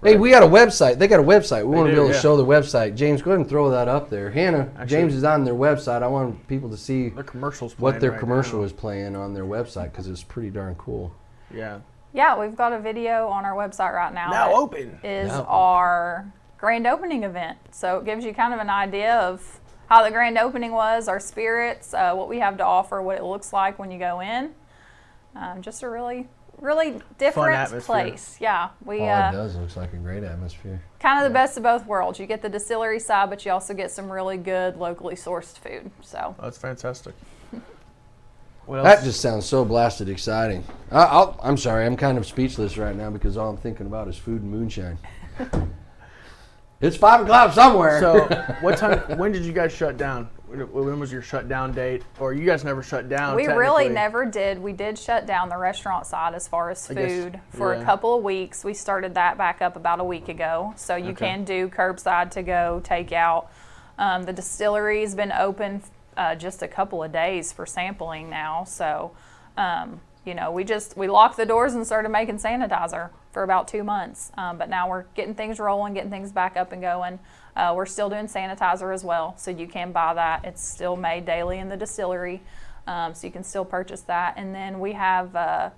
Speaker 1: Hey, we got a website. They got a website. We
Speaker 2: They
Speaker 1: want to be
Speaker 2: do,
Speaker 1: able to
Speaker 2: yeah.
Speaker 1: show the website. James, go ahead and throw that up there. Hannah,
Speaker 2: Actually-
Speaker 1: James is on their website. I want people to see
Speaker 2: Their commercials
Speaker 1: what
Speaker 2: playing
Speaker 1: their
Speaker 2: right
Speaker 1: commercial is playing on their website because it's pretty darn cool.
Speaker 2: Yeah.
Speaker 11: Yeah, we've got a video on our website right now.
Speaker 2: Now
Speaker 11: It
Speaker 2: open.
Speaker 11: Is
Speaker 1: Now open.
Speaker 11: our grand opening event. So it gives you kind of an idea of how the grand opening was, our spirits, uh, what we have to offer, what it looks like when you go in. Um, just a really, really different
Speaker 1: atmosphere.
Speaker 11: place. Yeah, we
Speaker 1: oh,
Speaker 11: uh,
Speaker 1: it does. looks like a great atmosphere.
Speaker 11: kind of the best of both worlds. You get the distillery side, but you also get some really good locally sourced food. So
Speaker 2: That's
Speaker 11: <laughs>
Speaker 2: fantastic. What else?
Speaker 1: That just sounds so blasted exciting. I, I'll, I'm sorry, I'm kind of speechless right now because all I'm thinking about is food and moonshine. <laughs> it's five o'clock somewhere. <laughs>
Speaker 2: So, what time? when did you guys shut down? When when was your shutdown date? Or you guys never shut down?
Speaker 11: we really
Speaker 2: technically.
Speaker 11: never did. We did shut down the restaurant side as far as
Speaker 2: I guess-
Speaker 11: food for
Speaker 2: yeah.
Speaker 11: a couple of weeks. We started that back up about a week ago. So you
Speaker 2: Okay.
Speaker 11: can do curbside to go, takeout. Um, the distillery's been open uh, just a couple of days for sampling now. So, um, you know, we just we locked the doors and started making sanitizer for about two months. Um, but now we're getting things rolling, getting things back up and going. Uh, we're still doing sanitizer as well, so you can buy that. It's still made daily in the distillery, um, so you can still purchase that. And then we have. Uh,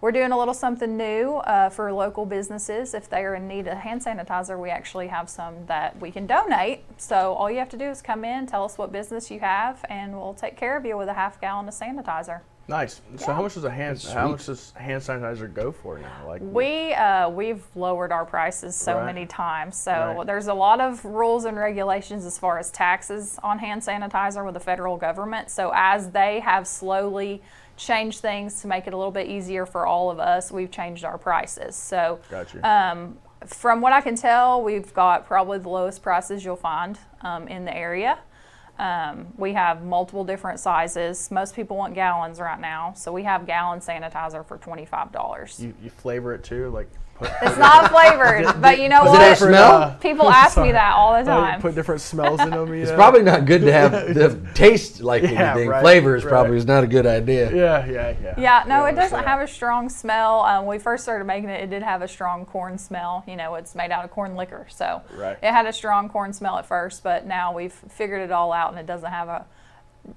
Speaker 11: we're doing a little something new uh, for local businesses. If they are in need of hand sanitizer, we actually have some that we can donate. So all you have to do is come in, tell us what business you have, and we'll take care of you with a half gallon of sanitizer.
Speaker 2: Nice. So, how much does a hand?
Speaker 11: That's
Speaker 2: How
Speaker 11: sweet.
Speaker 2: much does hand sanitizer go for now? Like
Speaker 11: We uh, we've lowered our prices so
Speaker 2: Right.
Speaker 11: many times. So
Speaker 2: Right.
Speaker 11: there's a lot of rules and regulations as far as taxes on hand sanitizer with the federal government. So as they have slowly changed things to make it a little bit easier for all of us, we've changed our prices. So
Speaker 2: Gotcha.
Speaker 11: um, from what I can tell, we've got probably the lowest prices you'll find um, in the area. Um, we have multiple different sizes. Most people want gallons right now, so we have gallon sanitizer for twenty five dollars.
Speaker 2: you, you flavor it too, like. Put,
Speaker 11: It's
Speaker 2: <laughs>
Speaker 11: not flavored, but you know
Speaker 2: Does it have
Speaker 11: what?
Speaker 2: smell?
Speaker 11: People ask me
Speaker 2: Sorry.
Speaker 11: that all the
Speaker 2: Oh, you <laughs>
Speaker 11: time.
Speaker 2: Put different smells in them. you
Speaker 1: It's
Speaker 2: know?
Speaker 1: probably not good to
Speaker 2: <laughs>
Speaker 1: have the taste like
Speaker 2: Yeah,
Speaker 1: anything.
Speaker 2: right,
Speaker 1: Flavor is
Speaker 2: right.
Speaker 1: probably is not a good idea.
Speaker 2: Yeah, yeah, yeah.
Speaker 11: Yeah, no, it
Speaker 2: that's
Speaker 11: doesn't have a strong smell. Um, when we first started making it, it did have a strong corn smell. You know, it's made out of corn liquor, so
Speaker 2: Right.
Speaker 11: it had a strong corn smell at first. But now we've figured it all out, and it doesn't have a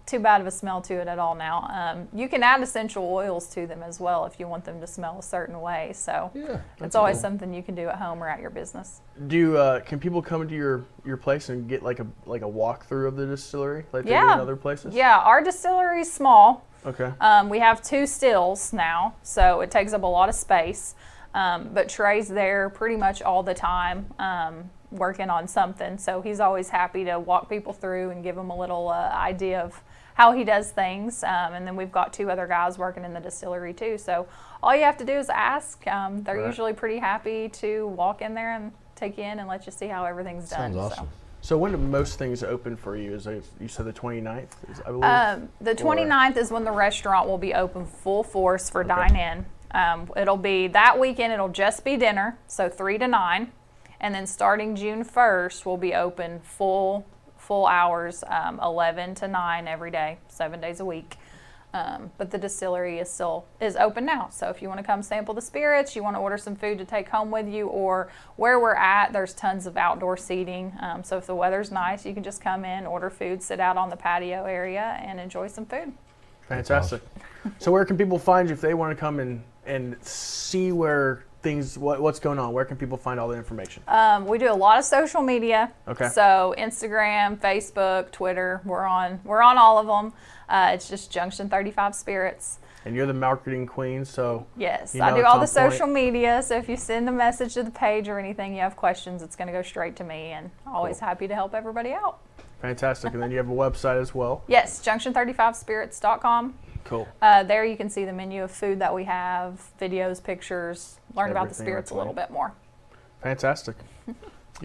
Speaker 11: too bad of a smell to it at all. Now um, you can add essential oils to them as well if you want them to smell a certain way. So
Speaker 2: that's
Speaker 11: it's always
Speaker 2: cool.
Speaker 11: something you can do at home or at your business.
Speaker 2: Do you, uh, can people come to your your place and get like a like a walkthrough of the distillery like they do in other places?
Speaker 11: Yeah, our distillery's small.
Speaker 2: Okay.
Speaker 11: Um, we have two stills now, so it takes up a lot of space. Um, but Trey's there pretty much all the time, um, working on something. So he's always happy to walk people through and give them a little uh, idea of how he does things. Um, and then we've got two other guys working in the distillery too. So all you have to do is ask. Um, they're
Speaker 2: Right.
Speaker 11: usually pretty happy to walk in there and take you in and let you see how everything's done. so.
Speaker 2: So when do most things open for you? Is it, you said the 29th? Is, I believe.
Speaker 11: Um, the
Speaker 2: Or-
Speaker 11: 29th is when the restaurant will be open full force for dine in. Um, it'll be that weekend, it'll just be dinner, so 3 to 9. And then starting June 1st, we'll be open full full hours, um, 11 to 9 every day, seven days a week. Um, but the distillery is still is open now. So if you want to come sample the spirits, you want to order some food to take home with you, or where we're at, there's tons of outdoor seating. Um, so if the weather's nice, you can just come in, order food, sit out on the patio area, and enjoy some food.
Speaker 2: Fantastic. so where can people find you if they want to come and and see where things what, what's going on? Where can people find all the information?
Speaker 11: Um, we do a lot of social media.
Speaker 2: Okay.
Speaker 11: So Instagram, Facebook, Twitter, we're on we're on all of them. Uh, it's just Junction 35 Spirits.
Speaker 2: And you're the marketing queen, so
Speaker 11: Yes,
Speaker 2: you
Speaker 11: I
Speaker 2: know
Speaker 11: do
Speaker 2: it's
Speaker 11: all
Speaker 2: on
Speaker 11: the
Speaker 2: point.
Speaker 11: social media. So if you send a message to the page or anything, you have questions, it's going to go straight to me, and always happy to help everybody out.
Speaker 2: Fantastic. And then you have a website as well.
Speaker 11: Yes, junction35spirits.com.
Speaker 2: Cool.
Speaker 11: Uh, there you can see the menu of food that we have, videos, pictures, learn about the
Speaker 2: Everything
Speaker 11: spirits a
Speaker 2: right
Speaker 11: little bit more.
Speaker 2: Fantastic.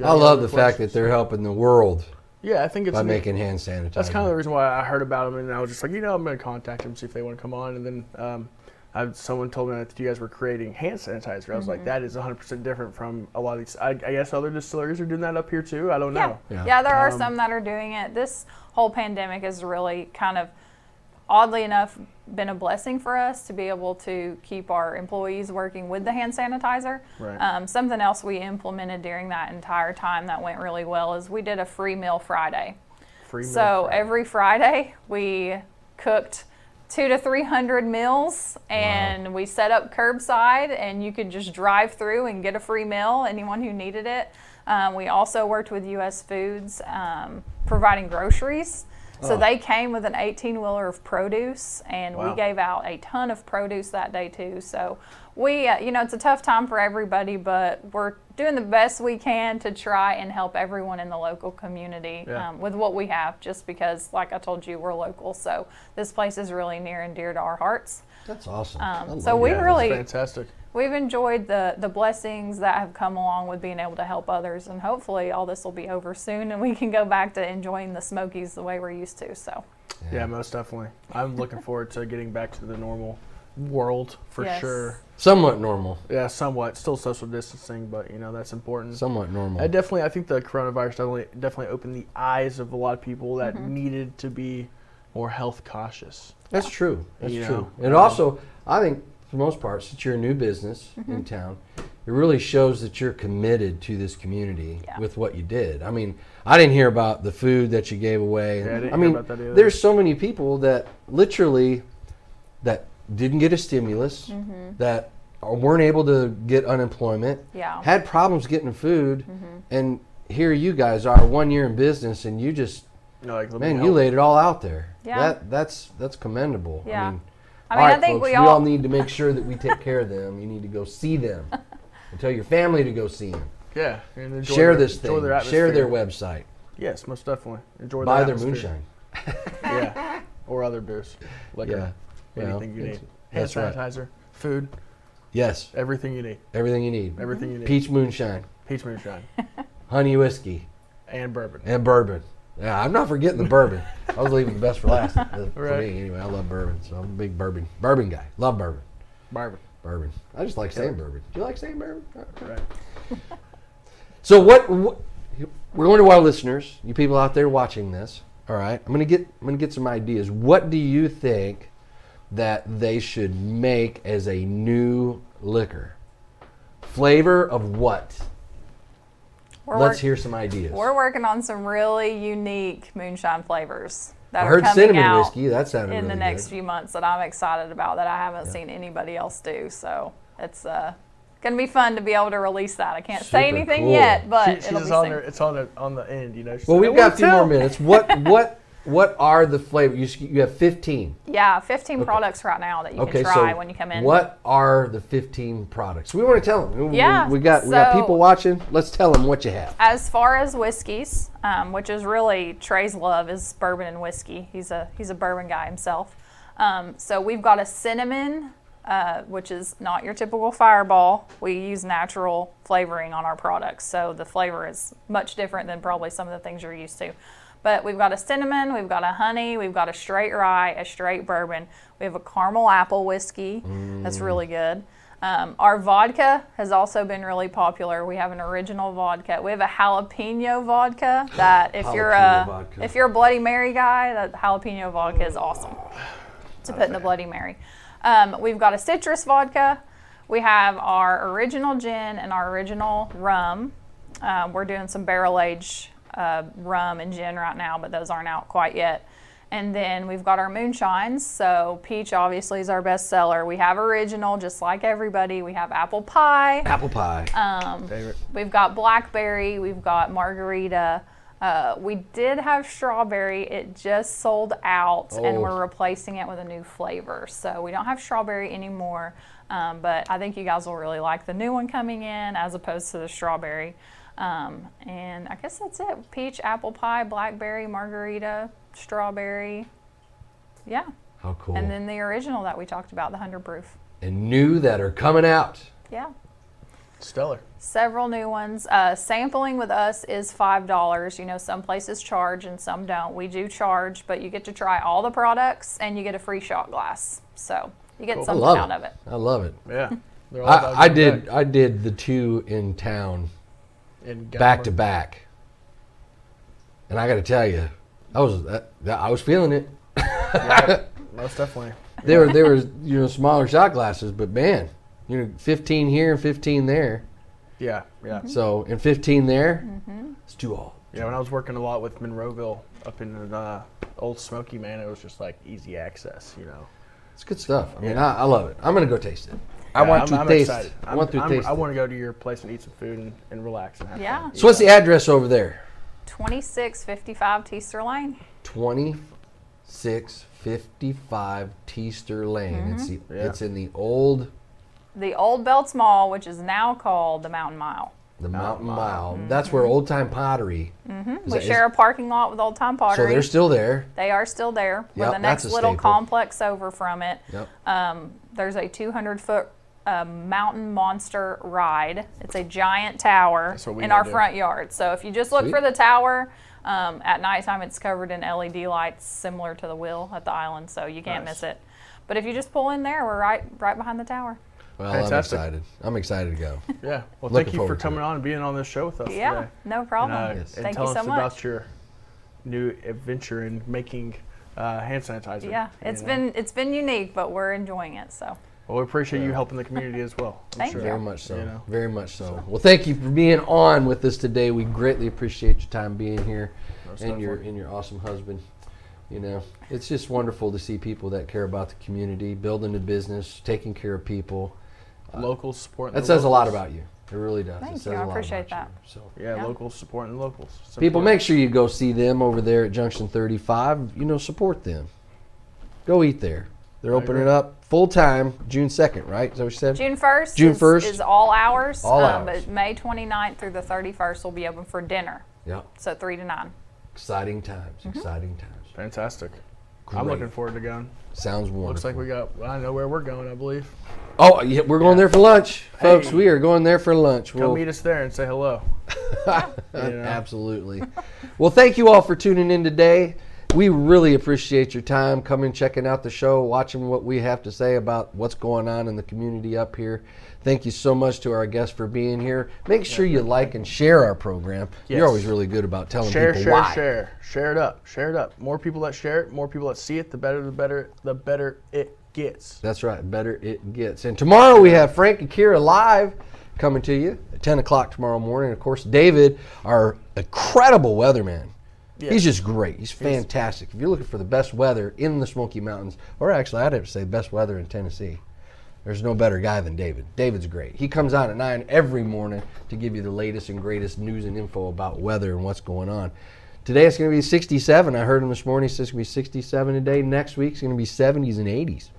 Speaker 1: I love the fact that they're helping the world
Speaker 2: Yeah, I think it's
Speaker 1: By making hand sanitizer.
Speaker 2: That's kind of the reason why I heard about him, and I was just like, you know, I'm going to contact him see if they want to come on. And then um, I, someone told me that you guys were creating hand sanitizer. I was like,
Speaker 11: Mhm.
Speaker 2: that is 100% different from a lot of these. I, I guess other distilleries are doing that up here too. I don't know. Um,
Speaker 11: Yeah, there are some that are doing it. This whole pandemic has really kind of, oddly enough, been a blessing for us to be able to keep our employees working with the hand sanitizer.
Speaker 12: Right.
Speaker 11: Um, something else we implemented during that entire time that went really well is we did a free meal Friday.
Speaker 2: Free meal
Speaker 11: so every Friday we cooked two to three hundred meals and we set up curbside and you could just drive through and get a free meal anyone who needed it um, we also worked with us foods um, providing groceries so
Speaker 12: Oh.
Speaker 11: they came with an 18 wheeler of produce and
Speaker 12: Wow.
Speaker 11: we gave out a ton of produce that day too so we uh, you know it's a tough time for everybody but we're doing the best we can to try and help everyone in the local community
Speaker 12: Yeah.
Speaker 11: um, with what we have just because like i told you we're local so this place is really near and dear to our hearts
Speaker 1: That's awesome. I
Speaker 11: um, so
Speaker 1: love
Speaker 11: we
Speaker 1: that.
Speaker 11: really
Speaker 2: fantastic.
Speaker 11: we've enjoyed the the blessings that have come along with being able to help others and hopefully all this will be over soon and we can go back to enjoying the smokies the way we're used to so
Speaker 2: Yeah, most definitely. I'm looking forward to getting back to the normal world for
Speaker 11: Yes.
Speaker 2: sure.
Speaker 1: Somewhat normal.
Speaker 2: Yeah, somewhat. Still social distancing, but you know that's important.
Speaker 1: Somewhat normal.
Speaker 2: I definitely, I think the coronavirus definitely definitely opened the eyes of a lot of people that needed to be more health cautious.
Speaker 1: That's true. That's
Speaker 2: You
Speaker 1: true.
Speaker 2: know,
Speaker 1: And
Speaker 2: um,
Speaker 1: also, I think for the most part, since you're a new business in
Speaker 2: Mhm.
Speaker 1: town, it really shows that you're committed to this community with what you did. I mean, I didn't hear about the food that you gave away.
Speaker 2: Yeah, I didn't hear
Speaker 1: mean,
Speaker 2: about that either.
Speaker 1: there's so many people that literally that didn't get a stimulus,
Speaker 2: Mm-hmm.
Speaker 11: Mhm.
Speaker 1: that are- weren't able to get unemployment,
Speaker 11: Yeah.
Speaker 1: had problems getting food,
Speaker 2: Mm-hmm.
Speaker 1: and here you guys are one year in business, and you just
Speaker 2: You know, like, let me
Speaker 1: man, you
Speaker 2: help.
Speaker 1: laid it all out there.
Speaker 11: Yeah.
Speaker 1: That that's that's commendable.
Speaker 11: Yeah.
Speaker 1: I mean,
Speaker 11: I mean,
Speaker 1: all
Speaker 11: I
Speaker 1: right,
Speaker 11: think
Speaker 1: folks,
Speaker 11: we
Speaker 1: we all
Speaker 11: all-
Speaker 1: need to make sure that we take care of them. You need to go see them.
Speaker 11: <laughs>
Speaker 1: and tell your family to go see them.
Speaker 2: Yeah, and enjoy
Speaker 1: Share
Speaker 2: their-
Speaker 1: this
Speaker 2: enjoy
Speaker 1: thing.
Speaker 2: their
Speaker 1: Share their
Speaker 2: atmosphere.
Speaker 1: website.
Speaker 2: Yes, most definitely. Enjoy
Speaker 1: Buy
Speaker 2: their
Speaker 1: their
Speaker 2: atmosphere.
Speaker 1: moonshine.
Speaker 2: yeah, or other booze, liquor,
Speaker 1: Yeah.
Speaker 2: anything
Speaker 1: Well,
Speaker 2: you need.
Speaker 1: it's-
Speaker 2: Hand
Speaker 1: that's right.
Speaker 2: sanitizer, food,
Speaker 1: Yes.
Speaker 2: everything you need.
Speaker 1: Everything you need.
Speaker 2: Everything you need.
Speaker 1: Peach moonshine,
Speaker 2: Peach moonshine,
Speaker 1: honey whiskey,
Speaker 2: and bourbon.
Speaker 1: and bourbon. Yeah, I'm not forgetting the bourbon. I was leaving the best for last. uh, For
Speaker 2: Right.
Speaker 1: me, anyway, I love bourbon, so I'm a big bourbon bourbon guy. Love bourbon.
Speaker 2: Bourbon.
Speaker 1: Bourbon. I just like saying
Speaker 2: Killer.
Speaker 1: bourbon. Do you like saying bourbon?
Speaker 2: Right.
Speaker 1: So what, what? We're going to our listeners, you people out there watching this. All right, I'm gonna get I'm gonna get some ideas. What do you think that they should make as a new liquor? Flavor of what?
Speaker 11: We're
Speaker 1: Let's
Speaker 11: work-
Speaker 1: hear some ideas.
Speaker 11: we're working on some really unique moonshine flavors that
Speaker 1: I
Speaker 11: are
Speaker 1: heard
Speaker 11: coming
Speaker 1: cinnamon
Speaker 11: out
Speaker 1: whiskey. That sounded
Speaker 11: in the
Speaker 1: really
Speaker 11: next
Speaker 1: good.
Speaker 11: few months that i'm excited about that i haven't seen anybody else do so it's uh, gonna be fun to be able to release that i can't say
Speaker 2: Super
Speaker 11: anything
Speaker 2: cool.
Speaker 11: yet but
Speaker 2: She- she's
Speaker 11: it'll
Speaker 2: just
Speaker 11: be
Speaker 2: on
Speaker 11: soon.
Speaker 2: her- it's on the on the end, you know. she's
Speaker 1: Well,
Speaker 2: like,
Speaker 1: we've
Speaker 2: "I
Speaker 1: got a
Speaker 2: wanna
Speaker 1: few more
Speaker 2: tell."
Speaker 1: minutes.
Speaker 11: <laughs>
Speaker 1: What what what are the flavor? You s- you have 15.
Speaker 11: Yeah, 15
Speaker 1: Okay.
Speaker 11: products right now that you
Speaker 1: okay,
Speaker 11: can try
Speaker 1: so
Speaker 11: when you come in.
Speaker 1: what are the 15 products? We want to tell them.
Speaker 11: Yeah,
Speaker 1: we, got we got
Speaker 11: so-
Speaker 1: people watching. Let's tell them what you have.
Speaker 11: As far as whiskeys, um, which is really Trey's love, is bourbon and whiskey. He's a he's a bourbon guy himself. Um, so we've got a cinnamon, uh, which is not your typical Fireball. We use natural flavoring on our products, so the flavor is much different than probably some of the things you're used to. But we've got a cinnamon, we've got a honey, we've got a straight rye, a straight bourbon. We have a caramel apple whiskey. That's
Speaker 12: Mm.
Speaker 11: really good. Um, our vodka has also been really popular. We have an original vodka. We have a jalapeno vodka that if you're
Speaker 12: Jalapeno
Speaker 11: a
Speaker 12: vodka.
Speaker 11: if you're a Bloody Mary guy, that jalapeno vodka is awesome to put in the Bloody Mary. Um, we've got a citrus vodka. We have our original gin and our original rum. Um, we're doing some barrel aged uh, rum and gin right now, but those aren't out quite yet. And then we've got our moonshines. So peach obviously is our best seller. We have original, just like everybody. We have apple pie.
Speaker 1: Apple pie.
Speaker 11: Um,
Speaker 1: Favorite.
Speaker 11: We've got blackberry, we've got margarita. Uh, we did have strawberry. It just sold out, and
Speaker 12: Oh.
Speaker 11: we're replacing it with a new flavor. So we don't have strawberry anymore. Um, but I think you guys will really like the new one coming in, as opposed to the strawberry. Um, and I guess that's it: peach, apple pie, blackberry, margarita, strawberry. Yeah.
Speaker 1: How cool.
Speaker 11: And then the original that we talked about, the hundred proof.
Speaker 1: and new that are coming out.
Speaker 11: Yeah.
Speaker 2: Stellar.
Speaker 11: Several new ones. Uh, sampling with us is five dollars. You know, some places charge and some don't. We do charge, but you get to try all the products and you get a free shot glass. So you get
Speaker 1: Cool. I
Speaker 11: something
Speaker 1: love
Speaker 11: out
Speaker 1: it.
Speaker 11: of it.
Speaker 1: I love it.
Speaker 2: Yeah. They're all about
Speaker 1: I, I
Speaker 2: getting
Speaker 1: did. I did the two in town,
Speaker 2: In
Speaker 1: back to
Speaker 2: Gatlinburg.
Speaker 1: back, and I got to tell you, I was that, that- I was feeling it.
Speaker 2: Most definitely.
Speaker 1: They were they were you know smaller shot glasses, but man, you know, fifteen here and fifteen there.
Speaker 2: Yeah, yeah.
Speaker 11: Mm-hmm.
Speaker 1: So and fifteen there,
Speaker 2: Mhm.
Speaker 1: it's too all.
Speaker 2: Yeah, when I was working a lot with Monroeville up in uh, Old Smoky, man, it was just like easy access, you know.
Speaker 1: It's good stuff. I mean, I, I love it. I'm gonna go taste it. I
Speaker 2: Yeah,
Speaker 1: want
Speaker 2: I'm-
Speaker 1: to
Speaker 2: I'm
Speaker 1: taste.
Speaker 2: excited.
Speaker 1: I
Speaker 2: I'm-
Speaker 1: want to
Speaker 2: I'm-
Speaker 1: taste.
Speaker 2: I
Speaker 1: it.
Speaker 2: want to go to your place and eat some food and, and relax and have
Speaker 11: Yeah.
Speaker 2: fun.
Speaker 1: So what's the address over there?
Speaker 11: Twenty-six fifty-five Teaster Lane.
Speaker 1: Twenty six fifty five Teaster Lane. It's the,
Speaker 11: Mhm.
Speaker 1: it's in the old
Speaker 11: The old Belts Mall, which is now called the Mountain Mile.
Speaker 1: the Mountain Mile. That's where old time pottery.
Speaker 11: hmm
Speaker 1: Is
Speaker 11: We
Speaker 1: that- is-
Speaker 11: share a parking lot with Old Time Pottery.
Speaker 1: So they're still there.
Speaker 11: They are still there.
Speaker 1: Yep,
Speaker 11: with the
Speaker 1: that's
Speaker 11: next
Speaker 1: a
Speaker 11: little
Speaker 1: staple.
Speaker 11: complex over from it,
Speaker 1: Yep.
Speaker 11: um, there's a 200 foot uh, mountain monster ride. It's a giant tower
Speaker 6: what we
Speaker 11: in
Speaker 6: gotta
Speaker 11: our
Speaker 6: do.
Speaker 11: front yard. So if you just look
Speaker 6: Sweet.
Speaker 11: for the tower, um, at nighttime it's covered in LED lights similar to the wheel at the island, so you can't
Speaker 6: Nice.
Speaker 11: miss it. But if you just pull in there, we're right right behind the tower.
Speaker 1: Well,
Speaker 2: Fantastic.
Speaker 1: I'm excited. I'm excited to go.
Speaker 2: Yeah. Well,
Speaker 1: Looking
Speaker 2: thank you for
Speaker 1: forward to
Speaker 2: coming on and being on this show with us
Speaker 11: Yeah,
Speaker 2: today. uh,
Speaker 11: no problem.
Speaker 2: And,
Speaker 11: Yes.
Speaker 2: and
Speaker 11: Thank
Speaker 2: tell
Speaker 11: you so
Speaker 2: us
Speaker 11: much.
Speaker 2: about your new adventure in making uh, hand sanitizer.
Speaker 11: Yeah,
Speaker 2: it's
Speaker 11: it's been it's been unique, but we're enjoying it. So
Speaker 2: Well, we appreciate you helping the community as well. I'm
Speaker 11: Thank
Speaker 2: sure.
Speaker 11: you.
Speaker 1: Very much so.
Speaker 2: You know.
Speaker 1: Very much so. Well, thank you for being on with us today. We greatly appreciate your time being here,
Speaker 2: Most
Speaker 1: and your and your awesome husband. You know, it's just wonderful to see people that care about the community, building a business, taking care of people.
Speaker 2: Locals supporting
Speaker 1: Uh, That
Speaker 2: the
Speaker 1: says a lot
Speaker 2: locals.
Speaker 1: about you. It really does.
Speaker 11: Thank
Speaker 1: it
Speaker 11: you,
Speaker 1: says a
Speaker 11: I
Speaker 1: lot
Speaker 11: appreciate
Speaker 1: about
Speaker 11: that.
Speaker 1: You. So
Speaker 2: Yeah,
Speaker 11: Yeah.
Speaker 2: locals supporting locals. Support.
Speaker 1: people, make sure you go see them over there at Junction 35. You know, support them. Go eat there. They're
Speaker 11: I
Speaker 1: opening
Speaker 11: agree.
Speaker 1: up full time June 2nd, right? Is that what you said?
Speaker 11: June 1st,
Speaker 1: June
Speaker 11: is-
Speaker 1: 1st.
Speaker 11: is, all hours. um,
Speaker 1: All hours.
Speaker 11: But May 29th through the 31st will be open for dinner.
Speaker 1: Yeah.
Speaker 11: So 3 to 9.
Speaker 1: Exciting times.
Speaker 11: Mm-hmm.
Speaker 1: Exciting times.
Speaker 2: Fantastic.
Speaker 1: Great.
Speaker 2: I'm looking forward to going.
Speaker 1: Sounds wonderful.
Speaker 2: Looks like we got. Well, I know where we're going. I believe.
Speaker 1: Oh, yeah, we're going there for lunch, folks.
Speaker 2: Hey.
Speaker 1: We are going there for lunch.
Speaker 2: Come meet us there and say hello. <laughs> You know?
Speaker 1: Absolutely. well, thank you all for tuning in today. We really appreciate your time coming, checking out the show, watching what we have to say about what's going on in the community up here. Thank you so much to our guests for being here. Make sure you like and share our program.
Speaker 2: Yes.
Speaker 1: You're always really good about telling
Speaker 2: share,
Speaker 1: people
Speaker 2: share,
Speaker 1: why.
Speaker 2: share, share it up, share it up. More people that share it, more people that see it, the better, the better, the better it gets.
Speaker 1: That's right. Better it gets. And tomorrow we have Frank Akira live coming to you at 10 o'clock tomorrow morning. Of course, David, our incredible weatherman.
Speaker 2: Yeah.
Speaker 1: He's just great. He's
Speaker 2: He's-
Speaker 1: fantastic. If you're looking for the best weather in the Smoky Mountains, or actually, I'd have to say best weather in Tennessee, there's no better guy than David. David's great. He comes out at 9 every morning to give you the latest and greatest news and info about weather and what's going on. Today it's going to be 67. I heard him this morning. He says it's going to be 67 today. Next week it's going to be 70s and 80s.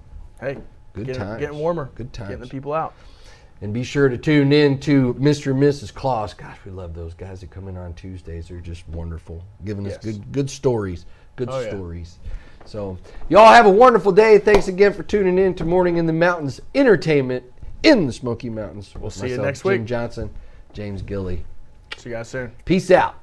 Speaker 2: Hey,
Speaker 1: Good
Speaker 2: getting,
Speaker 1: times.
Speaker 2: getting warmer,
Speaker 1: Good
Speaker 2: getting the
Speaker 1: times.
Speaker 2: people out.
Speaker 1: And be sure to tune in to Mr. and Mrs. Claus. Gosh, we love those guys that come in on Tuesdays. They're just wonderful, giving us
Speaker 2: Yes.
Speaker 1: good good stories, good
Speaker 2: Oh, yeah.
Speaker 1: stories. So, y'all have a wonderful day. Thanks again for tuning in to Morning in the Mountains Entertainment in the Smoky Mountains. We'll
Speaker 2: see you next
Speaker 1: Jim
Speaker 2: week.
Speaker 1: Johnson, James Gilly.
Speaker 2: See you guys soon.
Speaker 1: Peace out.